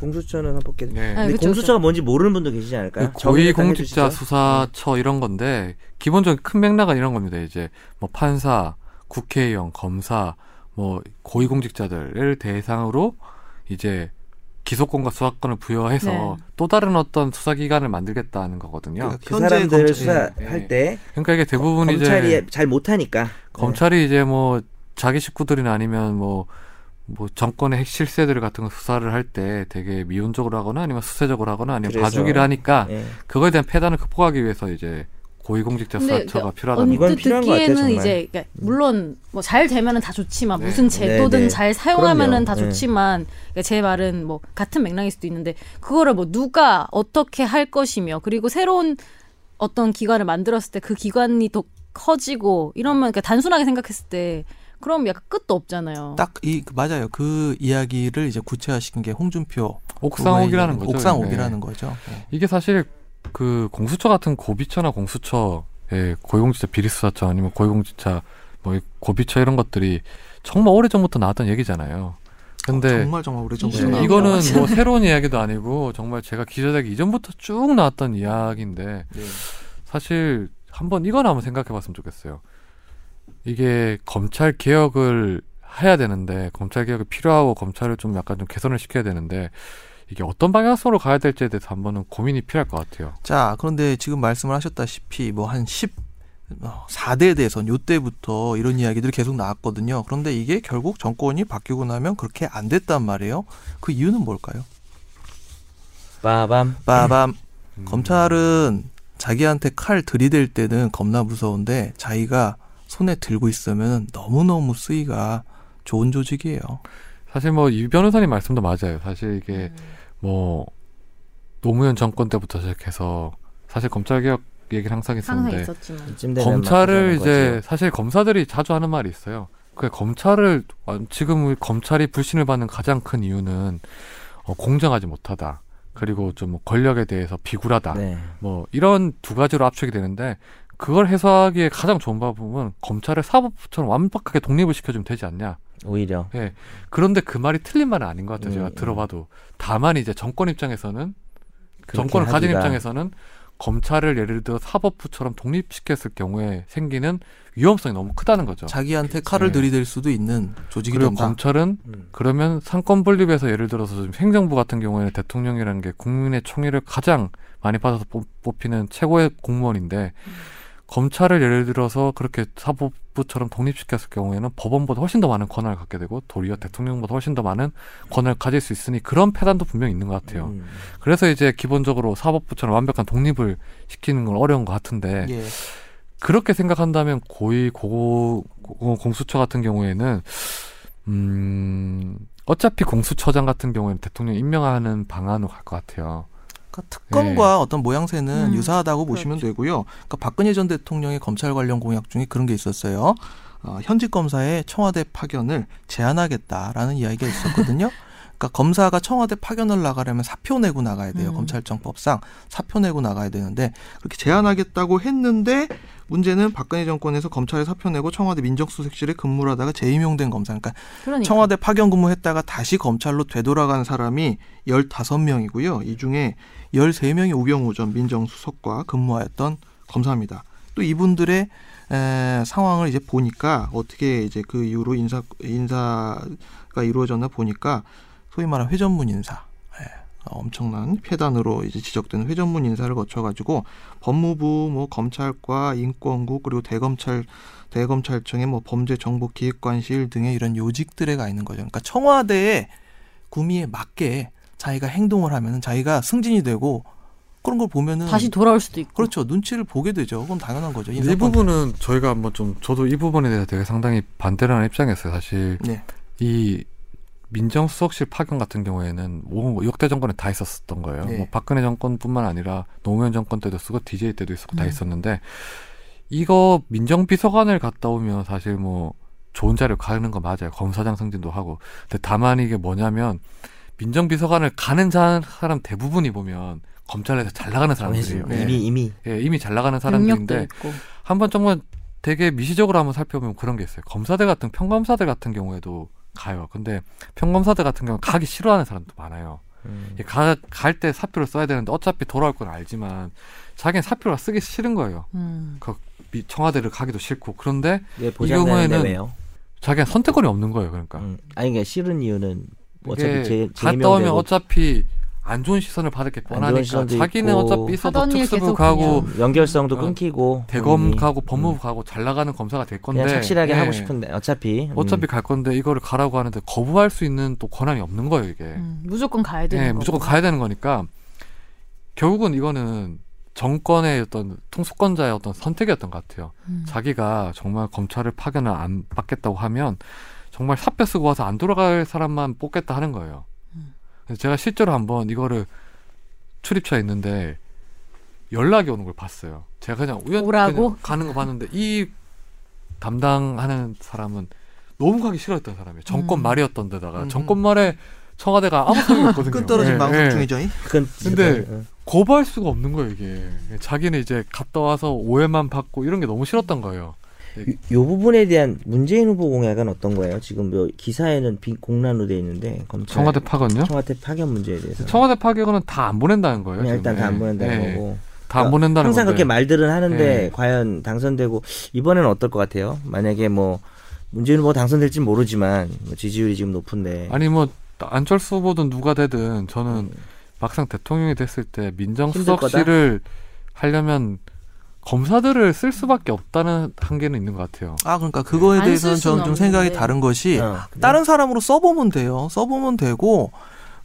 Speaker 2: 공수처는 한번 깨
Speaker 1: 네.
Speaker 3: 아,
Speaker 2: 근데
Speaker 3: 그쵸,
Speaker 2: 공수처가 뭔지 모르는 분도 계시지
Speaker 4: 네,
Speaker 2: 않을까요? 그러니까 정의를 딱
Speaker 1: 그 고위공직자
Speaker 2: 해주시죠. 음.
Speaker 1: 수사처 이런 건데 기본적인 큰 맥락은 이런 겁니다. 이제 뭐 판사, 국회의원, 검사, 뭐 고위공직자들을 대상으로 이제 기소권과 수사권을 부여해서
Speaker 3: 네.
Speaker 1: 또 다른 어떤 수사기관을 만들겠다는 거거든요.
Speaker 2: 그 사람들을
Speaker 4: 검찰- 예.
Speaker 2: 수사할
Speaker 1: 예.
Speaker 2: 때
Speaker 1: 그러니까 이게 대부분
Speaker 2: 검찰이 예, 네.
Speaker 1: 이제
Speaker 2: 잘 못하니까
Speaker 1: 검찰이 이제 뭐 자기 식구들이나 아니면 뭐 뭐 정권의 핵실세들 같은 거 수사를 할 때 되게 미온적으로 하거나 아니면 수세적으로 하거나 아니면
Speaker 2: 그래서-
Speaker 1: 봐주기를 하니까
Speaker 2: 예.
Speaker 1: 그거에 대한 폐단을 극복하기 위해서 이제 고위공직자
Speaker 3: 근데
Speaker 1: 수사처가
Speaker 3: 이게
Speaker 1: 필요하다는
Speaker 2: 그러니까 이건
Speaker 3: 언뜻
Speaker 2: 필요한 것 같아요,
Speaker 3: 듣기에는
Speaker 2: 정말. 음.
Speaker 3: 이제 그러니까 물론 뭐 잘 되면은 다 좋지만
Speaker 1: 네.
Speaker 3: 무슨 제도든
Speaker 2: 네, 네.
Speaker 3: 잘
Speaker 2: 그럼요.
Speaker 3: 사용하면은 다
Speaker 2: 네.
Speaker 3: 좋지만 그러니까 제 말은 뭐 같은 맥락일 수도 있는데 그거를 뭐 누가 어떻게 할 것이며 그리고 새로운 어떤 기관을 만들었을 때 그 기관이 더 커지고 이러면 그러니까 단순하게 생각했을 때 그럼 약간 끝도 없잖아요.
Speaker 4: 딱 이 맞아요. 그 이야기를 이제 구체화시킨 게 홍준표
Speaker 1: 옥상옥이라는
Speaker 4: 의원이-
Speaker 1: 거죠.
Speaker 4: 옥상옥이라는
Speaker 1: 네.
Speaker 4: 거죠. 예.
Speaker 1: 이게 사실 그 공수처 같은 고비처나 공수처, 예, 고위공직자 비리수사처 아니면 고위공직자 뭐이 고비처 이런 것들이 정말 오래 전부터 나왔던 얘기잖아요.
Speaker 4: 어,
Speaker 1: 근데 네,
Speaker 4: 정말 정말 오래전부터
Speaker 3: 이십 년
Speaker 4: 나온
Speaker 1: 이거는
Speaker 4: 거죠.
Speaker 1: 뭐 새로운 이야기도 아니고 정말 제가 기자되기 이전부터 쭉 나왔던 이야기인데
Speaker 4: 예.
Speaker 1: 사실 한번 이건 한번 생각해봤으면 좋겠어요. 이게 검찰 개혁을 해야 되는데 검찰 개혁이 필요하고 검찰을 좀 약간 좀 개선을 시켜야 되는데 이게 어떤 방향성으로 가야 될지에 대해서 한번은 고민이 필요할 것 같아요.
Speaker 4: 자, 그런데 지금 말씀을 하셨다시피 뭐 한 10, 어, 4대 대선 요때부터 이런 이야기들이 계속 나왔거든요. 그런데 이게 결국 정권이 바뀌고 나면 그렇게 안 됐단 말이에요. 그 이유는 뭘까요?
Speaker 2: 빠밤
Speaker 4: 빠밤.
Speaker 1: 음,
Speaker 4: 검찰은 자기한테 칼 들이댈 때는 겁나 무서운데 자기가 손에 들고 있으면 너무너무 쓰기가 좋은 조직이에요.
Speaker 1: 사실 뭐 유 변호사님 말씀도 맞아요. 사실
Speaker 2: 음.
Speaker 4: 네.
Speaker 1: 이게 뭐 노무현 정권 때부터 시작해서 사실 검찰 개혁 얘기를 항상
Speaker 3: 항상
Speaker 1: 했었는데
Speaker 3: 있었지만
Speaker 2: 이쯤 되면
Speaker 1: 검찰을
Speaker 2: 막 네, 그러는
Speaker 1: 이제 사실 검사들이 자주 하는 말이 있어요. 그 검찰을 아, 지금 우리 검찰이 불신을 받는 가장 큰 이유는 어, 공정하지 어, 못하다. 그리고 좀뭐 권력에 대해서 비굴하다.
Speaker 2: 네.
Speaker 1: 뭐 이런 두 가지로 압축이 되는데 그걸 해소하기에 가장 좋은 방법은 검찰을 사법처럼 완벽하게 독립을 시켜주면 되지 않냐.
Speaker 2: 오히려
Speaker 1: 예. 그런데 그 말이 틀린 말은 아닌 것 같아요. 제가
Speaker 2: 음,
Speaker 1: 들어봐도 다만 이제 정권 입장에서는
Speaker 2: 그렇게
Speaker 1: 정권을 가진
Speaker 2: 하기가-
Speaker 1: 입장에서는 검찰을 예를 들어 사법부처럼 독립시켰을 경우에 생기는 위험성이 너무 크다는 거죠.
Speaker 4: 자기한테 칼을
Speaker 1: 네.
Speaker 4: 들이댈 수도 있는 조직이
Speaker 1: 그리고
Speaker 4: 된다.
Speaker 1: 검찰은
Speaker 2: 음.
Speaker 1: 그러면 상권 분립에서 예를 들어서 지금 행정부 같은 경우에는 대통령이라는 게 국민의 총의를 가장 많이 받아서 뽑, 히는 최고의 공무원인데 검찰을 예를 들어서 그렇게 사법부처럼 독립시켰을 경우에는 법원보다 훨씬 더 많은 권한을 갖게 되고 도리어 대통령보다 훨씬 더 많은 권한을 가질 수 있으니 그런 패단도 분명히 있는 것 같아요.
Speaker 2: 음.
Speaker 1: 그래서 이제 기본적으로 사법부처럼 완벽한 독립을 시키는 건 어려운 것 같은데
Speaker 4: 예.
Speaker 1: 그렇게 생각한다면 고위 고 고- 공수처 같은 경우에는 음 어차피 공수처장 같은 경우에는 대통령 임명하는 방안으로 갈 것 같아요.
Speaker 4: 그러니까 특검과 어떤 모양새는
Speaker 3: 음,
Speaker 4: 유사하다고 보시면 되고요. 그러니까 박근혜 전 대통령의 검찰 관련 공약 중에 그런 게 있었어요. 어, 현직 검사의 청와대 파견을 제한하겠다라는 이야기가 있었거든요. 그러니까 검사가 청와대 파견을 나가려면 사표 내고 나가야 돼요.
Speaker 3: 음.
Speaker 4: 검찰청법상 사표 내고 나가야 되는데 그렇게 제한하겠다고 했는데 문제는 박근혜 정권에서 검찰에 사표 내고 청와대 민정수석실에 근무를 하다가 재임용된 검사 그러니까
Speaker 3: 그러니까.
Speaker 4: 청와대 파견 근무했다가 다시 검찰로 되돌아간 사람이 15명이고요. 이 중에 13명이 우병우 전 민정수석과 근무하였던 검사입니다. 또 이분들의 에, 상황을 이제 보니까 어떻게 이제 그 이후로 인사 인사가 이루어졌나 보니까 소위 말하는 회전문 인사. 예, 엄청난 폐단으로 이제 지적되는 회전문 인사를 거쳐가지고 법무부, 뭐 검찰과 인권국 그리고 대검찰 대검찰청의 뭐 범죄정보기획관실 등의 이런 요직들에 가 있는 거죠. 그러니까 청와대의 구미에 맞게 자기가 행동을 하면 자기가 승진이 되고 그런 걸 보면은
Speaker 3: 다시 돌아올 수도 있고.
Speaker 4: 그렇죠. 눈치를 보게 되죠. 그럼 당연한 거죠.
Speaker 1: 이
Speaker 4: 인사권.
Speaker 1: 부분은 저희가 한번 좀 저도 이 부분에 대해서 되게 상당히 반대를 하는 입장이었어요. 사실
Speaker 4: 네.
Speaker 1: 이 민정수석실 파견 같은 경우에는 뭐 역대 정권에 다 있었던 거예요.
Speaker 4: 네.
Speaker 1: 뭐 박근혜 정권뿐만 아니라 노무현 정권 때도 쓰고 DJ 때도 있었고 다
Speaker 3: 음.
Speaker 1: 있었는데 이거 민정비서관을 갔다 오면 사실 뭐 좋은 자리로 가는 거 맞아요. 검사장 승진도 하고. 근데 다만 이게 뭐냐면 민정비서관을 가는 자- 사람 대부분이 보면 검찰에서 잘 나가는 사람들이에요.
Speaker 4: 네.
Speaker 2: 이미 이미
Speaker 1: 예, 이미 잘 나가는
Speaker 3: 능력도
Speaker 1: 사람들인데
Speaker 3: 있고.
Speaker 1: 한 번 정말 되게 미시적으로 한번 살펴보면 그런 게 있어요. 검사들 같은 평검사들 같은 경우에도 가요. 근데 평검사들 같은 경우 는 가기 싫어하는 사람도 많아요.
Speaker 2: 음.
Speaker 1: 갈 때 사표를 써야 되는데 어차피 돌아올 건 알지만 자기는 사표가 쓰기 싫은 거예요.
Speaker 3: 음.
Speaker 1: 미- 청와대를 가기도 싫고 그런데
Speaker 2: 예, 보장되는데
Speaker 1: 경우에는
Speaker 2: 왜요?
Speaker 1: 자기는 선택권이 없는 거예요. 그러니까
Speaker 2: 음. 아니 그러니까 싫은 이유는 뭐
Speaker 1: 이게
Speaker 2: 어차피 제
Speaker 1: 갔다 오면
Speaker 2: 재임용되고
Speaker 1: 어차피 안 좋은 시선을 받을 게
Speaker 2: 좋은
Speaker 1: 뻔하니까
Speaker 2: 시선도
Speaker 1: 자기는
Speaker 2: 있고
Speaker 1: 어차피 있어도
Speaker 3: 하던 일
Speaker 1: 특수부
Speaker 3: 계속
Speaker 1: 가고
Speaker 3: 그냥.
Speaker 2: 연결성도
Speaker 1: 어,
Speaker 2: 끊기고
Speaker 1: 대검
Speaker 2: 본인이.
Speaker 1: 가고 법무부
Speaker 2: 음.
Speaker 1: 가고 잘 나가는 검사가 될 건데
Speaker 2: 그냥 착실하게 하고
Speaker 1: 예.
Speaker 2: 싶은데 어차피 음.
Speaker 1: 어차피 갈 건데 이거를 가라고 하는데 거부할 수 있는 또 권한이 없는 거예요 이게.
Speaker 3: 음. 무조건 가야 되는
Speaker 1: 네,
Speaker 3: 거.
Speaker 1: 무조건 가야 되는 거니까 결국은 이거는 정권의 어떤 통수권자의 어떤 선택이었던 것 같아요.
Speaker 3: 음.
Speaker 1: 자기가 정말 검찰을 파견을 안 받겠다고 하면 정말 사표 쓰고 와서 안 돌아갈 사람만 뽑겠다 하는 거예요.
Speaker 3: 음.
Speaker 1: 그래서 제가 실제로 한번 이거를 출입처에 있는데 연락이 오는 걸 봤어요. 제가 그냥 우연히
Speaker 3: 오라고?
Speaker 1: 그냥 가는 거 봤는데 이 담당하는 사람은 너무 가기 싫어했던 사람이에요. 정권
Speaker 3: 음.
Speaker 1: 말이었던 데다가
Speaker 4: 음.
Speaker 1: 정권 말에 청와대가 아무 소용이 없거든요.
Speaker 4: 끈 떨어진
Speaker 1: 예,
Speaker 4: 방송
Speaker 1: 예.
Speaker 4: 중이죠. 이?
Speaker 2: 근
Speaker 1: 근데
Speaker 2: 음.
Speaker 1: 거부할 수가 없는 거예요 이게. 예, 자기는 이제 갔다 와서 오해만 받고 이런 게 너무 싫었던 거예요.
Speaker 2: 요, 요 부분에 대한 문재인 후보 공약은 어떤 거예요? 지금 뭐 기사에는 비, 공란으로 돼 있는데 검찰
Speaker 1: 청와대 파건요?
Speaker 2: 청와대 파견 문제에 대해서
Speaker 1: 청와대 파견은 다 안 보낸다는 거예요.
Speaker 2: 그냥 네, 일단
Speaker 1: 지금.
Speaker 2: 다 안
Speaker 1: 예.
Speaker 2: 보낸다는
Speaker 1: 예.
Speaker 2: 거고
Speaker 1: 다안
Speaker 2: 그러니까
Speaker 1: 보낸다는
Speaker 2: 항상
Speaker 1: 건데.
Speaker 2: 그렇게 말들은 하는데
Speaker 1: 예.
Speaker 2: 과연 당선되고 이번에는 어떨 것 같아요? 만약에 뭐 문재인 후보 가 당선될지 모르지만 뭐 지지율이 지금 높은데
Speaker 1: 아니 뭐 안철수 후보든 누가 되든 저는
Speaker 2: 음.
Speaker 1: 막상 대통령이 됐을 때 민정수석실을 하려면 검사들을 쓸 수밖에 없다는 한계는 있는 것 같아요.
Speaker 4: 아 그러니까 그거에
Speaker 3: 안
Speaker 4: 대해서는
Speaker 3: 쓸 수는
Speaker 4: 저는 좀
Speaker 3: 없는데.
Speaker 4: 생각이 다른
Speaker 1: 예.
Speaker 4: 것이
Speaker 2: 어,
Speaker 4: 네. 다른 사람으로 써보면 돼요. 써보면 되고.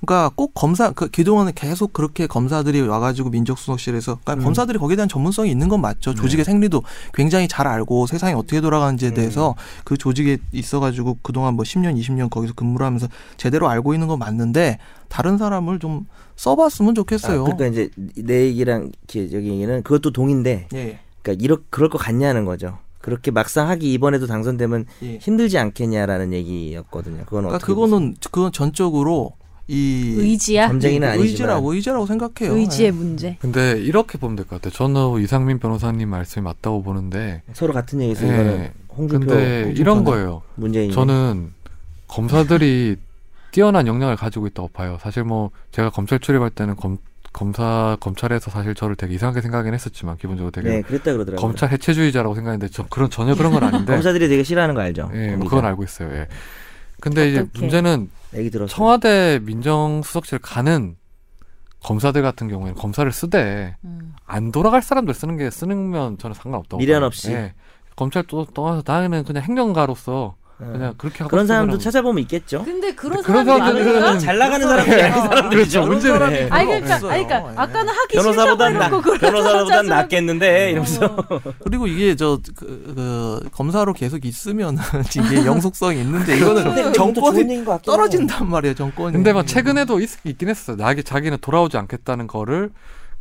Speaker 4: 그러니까 꼭 검사 그 그동안에 계속 그렇게 검사들이 와가지고 민족수석실에서 그러니까
Speaker 2: 음. 네.
Speaker 4: 검사들이 거기에 대한 전문성이 있는 건 맞죠. 조직의 생리도 굉장히 잘 알고 세상이 어떻게
Speaker 2: 음.
Speaker 4: 돌아가는지에 대해서 그 조직에 있어가지고 그동안 뭐 10년, 20년 거기서 근무를 하면서 제대로 알고 있는 건 맞는데 다른 사람을 좀 써봤으면 좋겠어요.
Speaker 2: 아, 그러니까 이제 내 얘기랑 이렇게 여기 얘기는 그것도 동인데
Speaker 4: 예,
Speaker 2: 그러니까 이렇 그럴 것 같냐는 거죠. 그렇게 막상 하기 이번에도 당선되면
Speaker 4: 예.
Speaker 2: 힘들지 않겠냐라는 얘기였거든요. 그건
Speaker 4: 그러니까
Speaker 2: 어떻게 보세요?
Speaker 4: 그거는 그건 전적으로 이
Speaker 3: 의지야
Speaker 2: 점쟁이는 아니지만
Speaker 4: 의지라고 의지라고 생각해요.
Speaker 3: 의지의
Speaker 2: 네.
Speaker 4: 예.
Speaker 3: 문제.
Speaker 1: 근데 이렇게 보면 될 것 같아요. 저는 이상민 변호사님 말씀이 맞다고 보는데
Speaker 2: 서로 같은 얘기에서
Speaker 1: 예.
Speaker 2: 이거는 홍준표
Speaker 1: 근데 이런 거예요.
Speaker 2: 문재인
Speaker 1: 저는 검사들이 뛰어난 역량을 가지고 있다고 봐요. 사실 뭐 제가 검찰 출입할 때는 검, 검사 검찰에서 사실 저를 되게 이상하게 생각하긴 했었지만 기본적으로 되게
Speaker 2: 네 그랬다 그러더라고요.
Speaker 1: 검찰 해체주의자라고 생각했는데 저 그런 전혀 그런 건 아닌데
Speaker 2: 검사들이 되게 싫어하는 거 알죠?
Speaker 1: 예, 뭐 그건 알고 있어요. 예. 근데 이제
Speaker 3: 어떡해.
Speaker 1: 문제는
Speaker 2: 얘기 들었어.
Speaker 1: 청와대 민정수석실 가는 검사들 같은 경우에는 검사를 쓰되
Speaker 3: 음.
Speaker 1: 안 돌아갈 사람들 쓰는 게 쓰는면 저는 상관없다고.
Speaker 2: 미련
Speaker 1: 봐요.
Speaker 2: 없이.
Speaker 1: 예. 검찰 또 떠나서 나는 그냥 행정가로서 그냥 그렇게 하고
Speaker 2: 예. 그런
Speaker 1: 싶은
Speaker 2: 사람도
Speaker 1: 사람은-
Speaker 2: 찾아보면 있겠죠.
Speaker 3: 근데 그런,
Speaker 1: 그런
Speaker 3: 사람들이
Speaker 1: 사람들은
Speaker 3: 많으니까.
Speaker 2: 잘 나가는 사람이
Speaker 3: 그래서-
Speaker 2: 아닌 사람들
Speaker 1: 그렇죠. 문제는
Speaker 4: 사람이
Speaker 3: 아니 그러니까,
Speaker 4: 없어요.
Speaker 3: 아니 그러니까
Speaker 4: 예.
Speaker 3: 아까는 하기 싫다고 뭐
Speaker 2: 변호사보단 나
Speaker 3: 해놓고 그런
Speaker 2: 변호사보단
Speaker 3: 사람
Speaker 2: 낫겠는데 이러면서
Speaker 3: 짜증- 어.
Speaker 4: 그리고 이게 저그 그, 검사로 계속 있으면 이게 영속성이 있는데 이거는 네. 정권이 떨어진단 말이에요. 정권이.
Speaker 1: 근데 막 최근에도 있, 긴 했어. 나게 자기는 돌아오지 않겠다는 거를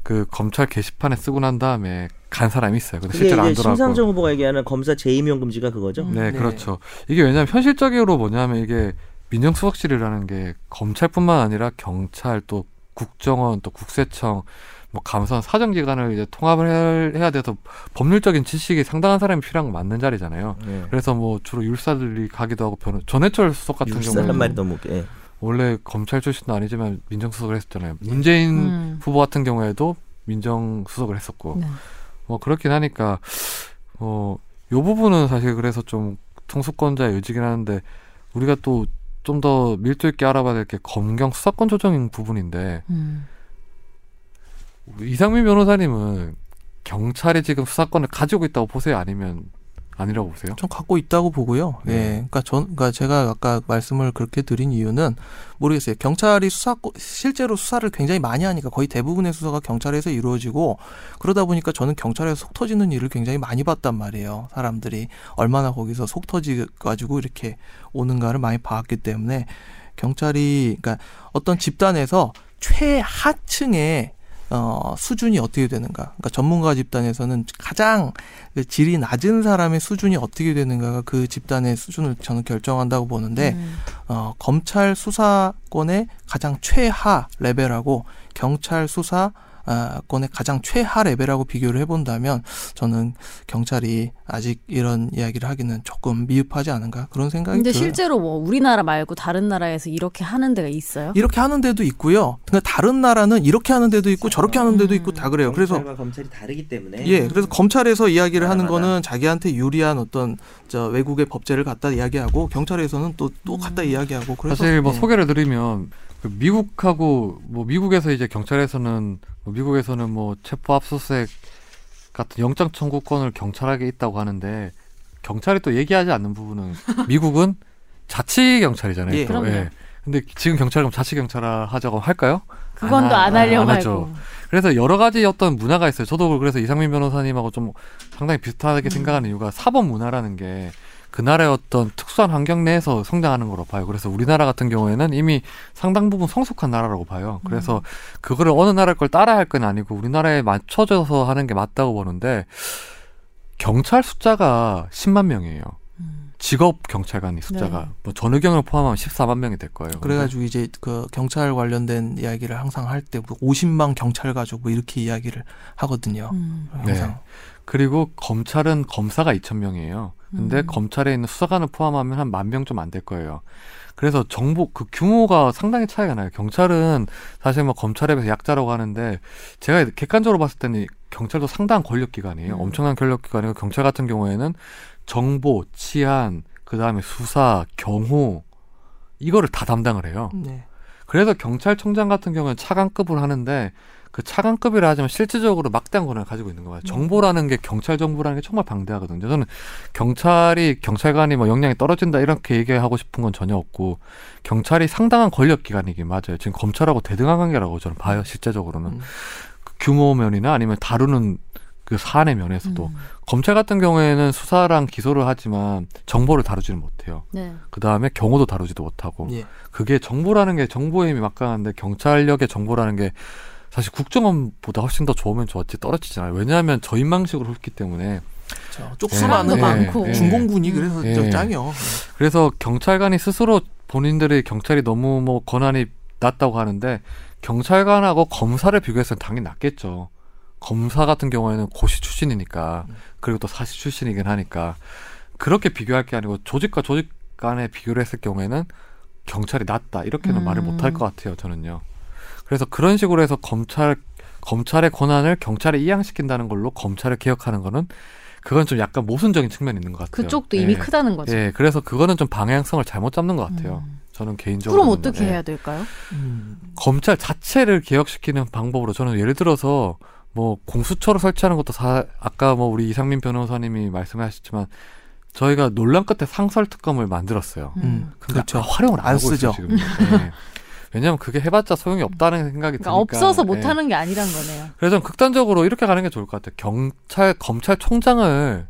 Speaker 1: 그 검찰 게시판에 쓰고 난 다음에 간 사람이 있어요. 근데
Speaker 2: 그게
Speaker 1: 실제로 안
Speaker 2: 이제
Speaker 1: 돌아가고.
Speaker 2: 심상정 후보가 얘기하는 검사 재임용 금지가 그거죠.
Speaker 1: 네,
Speaker 4: 네.
Speaker 1: 그렇죠. 이게 왜냐면 현실적으로 뭐냐면 이게 민정수석실이라는 게 검찰뿐만 아니라 경찰 또 국정원 또 국세청 뭐 감사원 사정기관을 이제 통합을 해야- 해야 돼서 법률적인 지식이 상당한 사람이 필요한 거 맞는 자리잖아요.
Speaker 2: 네.
Speaker 1: 그래서 뭐 주로 율사들이 가기도 하고 변호 전해철 수석 같은
Speaker 2: 육사란
Speaker 1: 경우는
Speaker 2: 말이 너무 웃겨. 예.
Speaker 1: 원래 검찰 출신도 아니지만 민정수석을 했었잖아요. 문재인
Speaker 3: 음.
Speaker 1: 후보 같은 경우에도 민정수석을 했었고
Speaker 3: 네.
Speaker 1: 뭐 그렇긴 하니까 어 요 부분은 사실 그래서 좀 통수권자의 의지긴 하는데 우리가 또 좀 더 밀도 있게 알아봐야 될 게 검경 수사권 조정인 부분인데
Speaker 3: 음.
Speaker 1: 이상민 변호사님은 경찰이 지금 수사권을 가지고 있다고 보세요 아니면 아니라고 보세요?
Speaker 4: 좀 갖고 있다고 보고요.
Speaker 1: 네.
Speaker 4: 예. 그러니까 전 그러니까 제가 아까 말씀을 그렇게 드린 이유는 모르겠어요. 경찰이 수사 실제로 수사를 굉장히 많이 하니까 거의 대부분의 수사가 경찰에서 이루어지고 그러다 보니까 저는 경찰에서 속 터지는 일을 굉장히 많이 봤단 말이에요. 사람들이 얼마나 거기서 속 터지 가지고 이렇게 오는가를 많이 봤기 때문에 경찰이 그러니까 어떤 집단에서 최하층의 어, 수준이 어떻게 되는가. 그러니까 전문가 집단에서는 가장 그 질이 낮은 사람의 수준이 어떻게 되는가가 그 집단의 수준을 저는 결정한다고
Speaker 1: 네.
Speaker 4: 보는데
Speaker 3: 음.
Speaker 4: 어, 검찰 수사권의 가장 최하 레벨하고 경찰 수사 아, 권의 가장 최하 레벨하고 비교를 해본다면 저는 경찰이 아직 이런 이야기를 하기는 조금 미흡하지 않은가 그런 생각이
Speaker 1: 그러니까
Speaker 3: 근데
Speaker 4: 들어요.
Speaker 3: 실제로 뭐 우리나라 말고 다른 나라에서 이렇게 하는 데가 있어요?
Speaker 4: 이렇게 하는 데도 있고요. 그러니까 다른 나라는 이렇게 하는 데도 있고 저렇게 하는 데도 있고 다 그래요. 그래서
Speaker 2: 검찰과 검찰이 다르기 때문에
Speaker 4: 예, 그래서 검찰에서 이야기를 하는
Speaker 2: 나라마다.
Speaker 4: 거는 자기한테 유리한 어떤 저 외국의 법제를 갖다 이야기하고 경찰에서는 또 또
Speaker 3: 음.
Speaker 4: 갖다 이야기하고 그래서
Speaker 1: 사실 뭐
Speaker 4: 예.
Speaker 1: 소개를 드리면 그 미국하고 뭐 미국에서 이제 경찰에서는 뭐 미국에서는 뭐 체포 압수수색 같은 영장 청구권을 경찰에게 있다고 하는데 경찰이 또 얘기하지 않는 부분은 미국은 자치 경찰이잖아요.
Speaker 4: 예.
Speaker 1: 또.
Speaker 3: 그럼요.
Speaker 1: 근데 지금 경찰 그럼 자치 경찰 하자고 할까요?
Speaker 3: 그건 또 안
Speaker 1: 아,
Speaker 3: 하려고
Speaker 1: 안 하죠.
Speaker 3: 하고.
Speaker 1: 그래서 여러 가지 어떤 문화가 있어요. 저도 그래서 이상민 변호사님하고 좀 상당히 비슷하게 생각하는 이유가 사법 문화라는 게 그 나라의 어떤 특수한 환경 내에서 성장하는 거로 봐요. 그래서 우리나라 같은 경우에는 이미 상당 부분 성숙한 나라라고 봐요. 그래서 그거를 어느 나라 걸 따라 할 건 아니고 우리나라에 맞춰져서 하는 게 맞다고 보는데 경찰 숫자가 10만 명이에요. 직업 경찰관이 숫자가
Speaker 3: 네.
Speaker 1: 뭐 전의경을 포함하면 14만 명이 될 거예요.
Speaker 4: 그래가지고 이제 그 경찰 관련된 이야기를 항상 할 때 50만 경찰 가족 뭐 이렇게 이야기를 하거든요.
Speaker 3: 음.
Speaker 4: 항상
Speaker 1: 그리고 검찰은 검사가 2,000명이에요. 근데 검찰에 있는 수사관을 포함하면 한 만 명 좀 안 될 거예요. 그래서 정보 그 규모가 상당히 차이가 나요. 경찰은 사실 뭐 검찰에 비해서 약자라고 하는데 제가 객관적으로 봤을 때는 이 경찰도 상당한 권력 기관이에요.
Speaker 3: 음.
Speaker 1: 엄청난 권력 기관이고 경찰 같은 경우에는 정보, 치안, 그다음에 수사, 경호 이거를 다 담당을 해요.
Speaker 4: 네.
Speaker 1: 그래서 경찰청장 같은 경우는 차관급을 하는데 그 차관급이라 하지만 실질적으로 막대한 권한을 가지고 있는 거예요. 정보라는 게 경찰 정보라는 게 정말 방대하거든요. 저는 경찰이 경찰관이 뭐 역량이 떨어진다 이렇게 얘기하고 싶은 건 전혀 없고 경찰이 상당한 권력 기관이긴 맞아요. 지금 검찰하고 대등한 관계라고 저는 봐요. 실제적으로는
Speaker 4: 음.
Speaker 1: 그 규모 면이나 아니면 다루는 그 사안의 면에서도
Speaker 3: 음.
Speaker 1: 검찰 같은 경우에는 수사랑 기소를 하지만 정보를 다루지는 못해요.
Speaker 3: 네.
Speaker 1: 그 다음에 경호도 다루지도 못하고
Speaker 4: 예.
Speaker 1: 그게 정보라는 게 정보의 힘이 막강한데 경찰력의 정보라는 게 사실 국정원보다 훨씬 더 좋으면 좋았지 떨어지잖아요. 왜냐하면 저인망식으로 훑기 때문에
Speaker 4: 저
Speaker 3: 네. 사람도
Speaker 4: 쪽수만은 많
Speaker 3: 많고.
Speaker 1: 예.
Speaker 4: 중공군이 그래서
Speaker 1: 예.
Speaker 4: 좀 짱이요.
Speaker 1: 그래서 경찰관이 스스로 본인들의 경찰이 너무 뭐 권한이 낮다고 하는데 경찰관하고 검사를 비교해서는 당연히 낮겠죠. 검사 같은 경우에는 고시 출신이니까 그리고 또 사시 출신이긴 하니까 그렇게 비교할 게 아니고 조직과 조직 간에 비교를 했을 경우에는 경찰이 낫다 이렇게는
Speaker 3: 음.
Speaker 1: 말을 못 할 것 같아요 저는요. 그래서 그런 식으로 해서 검찰 검찰의 권한을 경찰에 이양시킨다는 걸로 검찰을 개혁하는 거는 그건 좀 약간 모순적인 측면이 있는 것 같아요.
Speaker 3: 그쪽도 이미
Speaker 1: 예.
Speaker 3: 크다는 거죠.
Speaker 1: 예, 그래서 그거는 좀 방향성을 잘못 잡는 것 같아요.
Speaker 3: 음.
Speaker 1: 저는 개인적으로 예.
Speaker 3: 그럼 어떻게 해야 될까요?
Speaker 4: 음.
Speaker 1: 검찰 자체를 개혁시키는 방법으로 저는 예를 들어서 뭐 공수처를 설치하는 것도 사, 아까 뭐 우리 이상민 변호사님이 말씀하셨지만 저희가 논란 끝에 상설 특검을 만들었어요.
Speaker 3: 음.
Speaker 4: 음,
Speaker 1: 근데
Speaker 4: 그렇죠.
Speaker 1: 활용을 안,
Speaker 4: 안
Speaker 1: 하고 있어요,
Speaker 4: 쓰죠.
Speaker 1: 지금. 예. 왜냐하면 그게 해봤자 소용이 없다는 생각이
Speaker 3: 그러니까
Speaker 1: 드니까
Speaker 3: 없어서
Speaker 1: 예.
Speaker 3: 못하는 게 아니란 거네요.
Speaker 1: 그래서 저는 극단적으로 이렇게 가는 게 좋을 것 같아요. 경찰 검찰총장을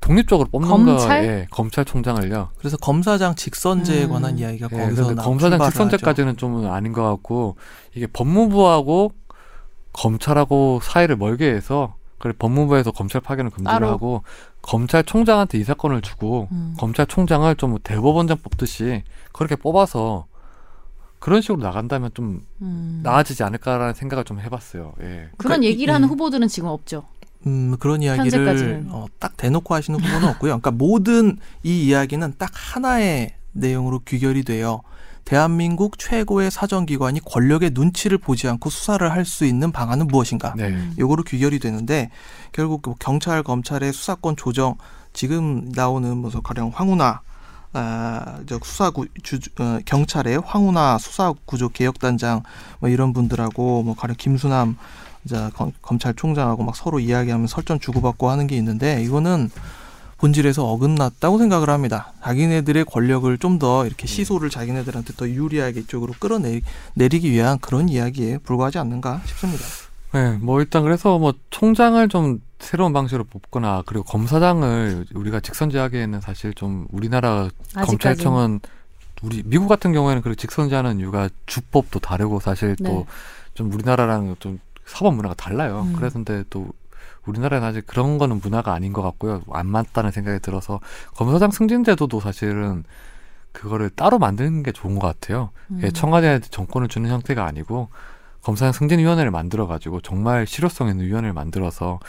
Speaker 1: 독립적으로 뽑는
Speaker 3: 검찰?
Speaker 1: 거, 예, 검찰총장을요.
Speaker 4: 그래서 검사장 직선제에
Speaker 3: 음.
Speaker 4: 관한 이야기가
Speaker 1: 예,
Speaker 4: 거기서
Speaker 1: 근데
Speaker 4: 나
Speaker 1: 검사장 직선제까지는 좀 아닌 것 같고 이게 법무부하고 검찰하고 사이를 멀게 해서 그래 법무부에서 검찰 파견을 금지를
Speaker 3: 따로.
Speaker 1: 하고 검찰총장한테 이 사건을 주고
Speaker 3: 음.
Speaker 1: 검찰총장을 좀 대법원장 뽑듯이 그렇게 뽑아서 그런 식으로 나간다면 좀
Speaker 3: 음.
Speaker 1: 나아지지 않을까라는 생각을 좀 해봤어요. 예.
Speaker 3: 그런
Speaker 4: 그러니까 이-
Speaker 3: 얘기를 하는
Speaker 4: 음.
Speaker 3: 후보들은 지금 없죠.
Speaker 4: 음, 그런 이야기를
Speaker 3: 현재까지는.
Speaker 4: 어, 딱 대놓고 하시는 부분은 없고요. 그러니까 모든 이 이야기는 딱 하나의 내용으로 귀결이 돼요. 대한민국 최고의 사정기관이 권력의 눈치를 보지 않고 수사를 할 수 있는 방안은
Speaker 3: 아,
Speaker 4: 무엇인가?
Speaker 1: 네.
Speaker 3: 음.
Speaker 4: 요거로 귀결이 되는데 결국 뭐 경찰 검찰의 수사권 조정 지금 나오는 무슨 가령 황운하 아, 저 수사 구, 주, 어, 경찰의 황운하 수사 구조 개혁단장 뭐 이런 분들하고 뭐 가령 김수남 자, 검, 검찰총장하고 막 서로 이야기하면 설전 주고받고 하는 게 있는데 이거는 본질에서 어긋났다고 생각을 합니다. 자기네들의 권력을 좀 더 이렇게 시소를 자기네들한테 더 유리하게 이쪽으로 끌어내리기 위한 그런 이야기에 불과하지 않는가 싶습니다.
Speaker 1: 네, 뭐 일단 그래서 뭐 총장을 좀 새로운 방식으로 뽑거나 그리고 검사장을 우리가 직선제하기에는 사실 좀 우리나라
Speaker 3: 아직까지.
Speaker 1: 검찰청은 우리 미국 같은 경우에는 그렇게 직선제하는 이유가 주법도 다르고 사실
Speaker 3: 네.
Speaker 1: 또 좀 우리나라랑 좀 사법 문화가 달라요.
Speaker 3: 음.
Speaker 1: 그래서인데 또 우리나라는 아직 그런 거는 문화가 아닌 것 같고요. 안 맞다는 생각이 들어서 검사장 승진제도도 사실은 그거를 따로 만드는 게 좋은 것 같아요.
Speaker 3: 음.
Speaker 1: 예, 청와대한테 정권을 주는 형태가 아니고 검사장 승진위원회를 만들어가지고 정말 실효성 있는 위원회를 만들어서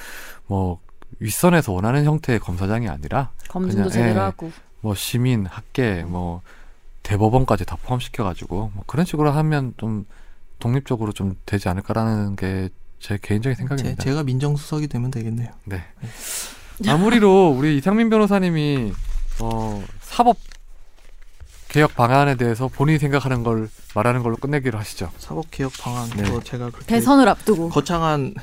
Speaker 1: 뭐 윗선에서 원하는 형태의 검사장이 아니라 그냥,
Speaker 3: 검증도 제대로
Speaker 1: 예.
Speaker 3: 하고.
Speaker 1: 뭐 시민, 학계, 뭐 대법원까지 다 포함시켜가지고 뭐 그런 식으로 하면 좀 독립적으로 좀 되지 않을까라는 게 제 개인적인
Speaker 4: 제,
Speaker 1: 생각입니다.
Speaker 4: 제가 민정수석이 되면 되겠네요.
Speaker 1: 네. 마무리로 우리 이상민 변호사님이 어, 사법 개혁 방안에 대해서 본인이 생각하는 걸 말하는 걸로 끝내기로 하시죠.
Speaker 4: 사법개혁 방안
Speaker 1: 네.
Speaker 4: 또 제가 그렇게
Speaker 3: 대선을 앞두고
Speaker 4: 거창한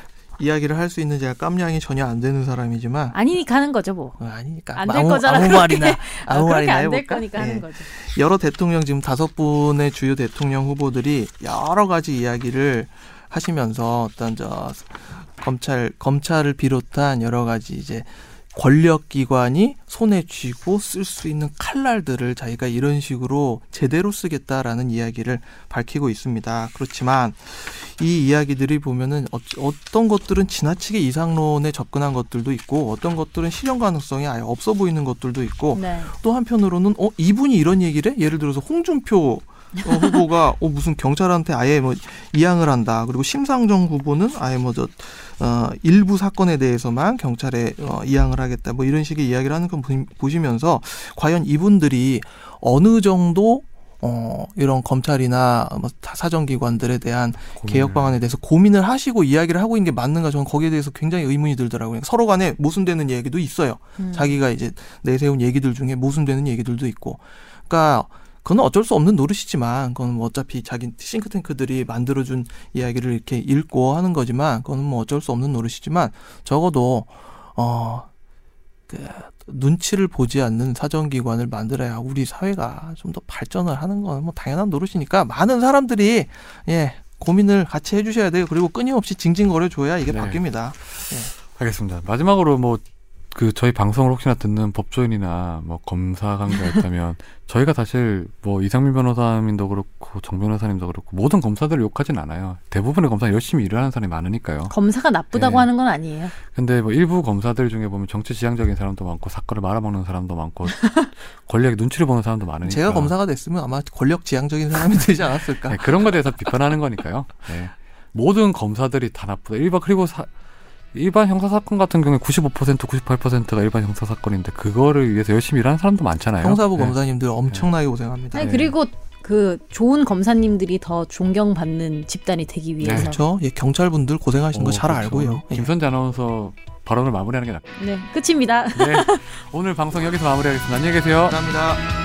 Speaker 4: 이야기를 할 수 있는 제가 깜냥이 전혀 안 되는 사람이지만
Speaker 3: 아니니 가는 거죠 뭐.
Speaker 4: 어, 아니니까
Speaker 3: 안
Speaker 4: 뭐
Speaker 3: 될
Speaker 4: 아무,
Speaker 3: 거잖아,
Speaker 4: 아무
Speaker 3: 그렇게.
Speaker 4: 말이나
Speaker 3: 아,
Speaker 4: 아무
Speaker 3: 그렇게
Speaker 4: 말이나
Speaker 3: 안 될
Speaker 4: 해볼까?
Speaker 3: 거니까
Speaker 4: 예.
Speaker 3: 하는 거죠.
Speaker 4: 여러 대통령 지금 다섯 분의 주요 대통령 후보들이 여러 가지 이야기를 하시면서 어떤 저 검찰 검찰을 비롯한 여러 가지 이제 권력 기관이 손에 쥐고 쓸 수 있는 칼날들을 자기가 이런 식으로 제대로 쓰겠다라는 이야기를 밝히고 있습니다. 그렇지만 이 이야기들이 보면은 어, 어떤 것들은 지나치게 이상론에 접근한 것들도 있고 어떤 것들은 실현 가능성이 아예 없어 보이는 것들도 있고
Speaker 3: 네.
Speaker 4: 또 한편으로는 어 이분이 이런 얘기를 해? 예를 들어서 홍준표 어, 후보가 어 무슨 경찰한테 아예 뭐 이양을 한다 그리고 심상정 후보는 아예 뭐 뭐저어 일부 사건에 대해서만 경찰에 어, 이양을 하겠다 뭐 이런 식의 이야기를 하는 건 보시- 보시면서 과연 이분들이 어느 정도 어 이런 검찰이나 뭐 사- 사정기관들에 대한 개혁 방안에 대해서 고민을 하시고 이야기를 하고 있는 게 맞는가 저는 거기에 대해서 굉장히 의문이 들더라고요 서로 간에 모순되는 얘기도 있어요
Speaker 3: 음.
Speaker 4: 자기가 이제 내세운 얘기들 중에 모순되는 얘기들도 있고. 그러니까 그건 어쩔 수 없는 노릇이지만 그건 뭐 어차피 자기 싱크탱크들이 만들어준 이야기를 이렇게 읽고 하는 거지만 그건 뭐 어쩔 수 없는 노릇이지만 적어도 어. 그 눈치를 보지 않는 사정기관을 만들어야 우리 사회가 좀 더 발전을 하는 건 뭐 당연한 노릇이니까 많은 사람들이 예 고민을 같이 해주셔야 돼요 그리고 끊임없이 징징거려 줘야 이게
Speaker 1: 네.
Speaker 4: 바뀝니다.
Speaker 1: 알겠습니다. 마지막으로 뭐 그 저희 방송을 혹시나 듣는 법조인이나 뭐 검사 관계였다면 저희가 사실 뭐 이상민 변호사님도 그렇고 정 변호사님도 그렇고 모든 검사들을 욕하진 않아요. 대부분의 검사 열심히 일을 하는 사람이 많으니까요.
Speaker 3: 검사가 나쁘다고
Speaker 4: 예.
Speaker 1: 네.
Speaker 3: 하는 건 아니에요.
Speaker 1: 근데 뭐 일부 검사들 중에 보면 정치 지향적인 사람도 많고 사건을 말아먹는 사람도 많고 권력에 눈치를 보는 사람도 많으니까
Speaker 4: 제가 검사가 됐으면 아마 권력 지향적인 사람이 되지 않았을까.
Speaker 1: 네, 그런 거에 대해서 비판하는 거니까요. 네. 모든 검사들이 다 나쁘다. 일반 그리고 사- 일반 형사 사건 같은 경우에 95% 98%가 일반 형사 사건인데 그거를 위해서 열심히 일하는 사람도 많잖아요.
Speaker 4: 형사부
Speaker 1: 네.
Speaker 4: 검사님들 엄청나게 고생합니다.
Speaker 3: 아니,
Speaker 1: 네.
Speaker 3: 그리고 그 좋은 검사님들이 더 존경받는 집단이 되기 위해서.
Speaker 4: 그렇죠. 예, 경찰분들 고생하시는 거
Speaker 1: 어,
Speaker 4: 잘
Speaker 1: 그렇죠.
Speaker 4: 알고요. 예.
Speaker 1: 김선재 아나운서 발언을 마무리하는 게 낫겠네.
Speaker 3: 네, 끝입니다.
Speaker 1: 오늘 방송 여기서 마무리하겠습니다. 안녕히 계세요.
Speaker 4: 감사합니다.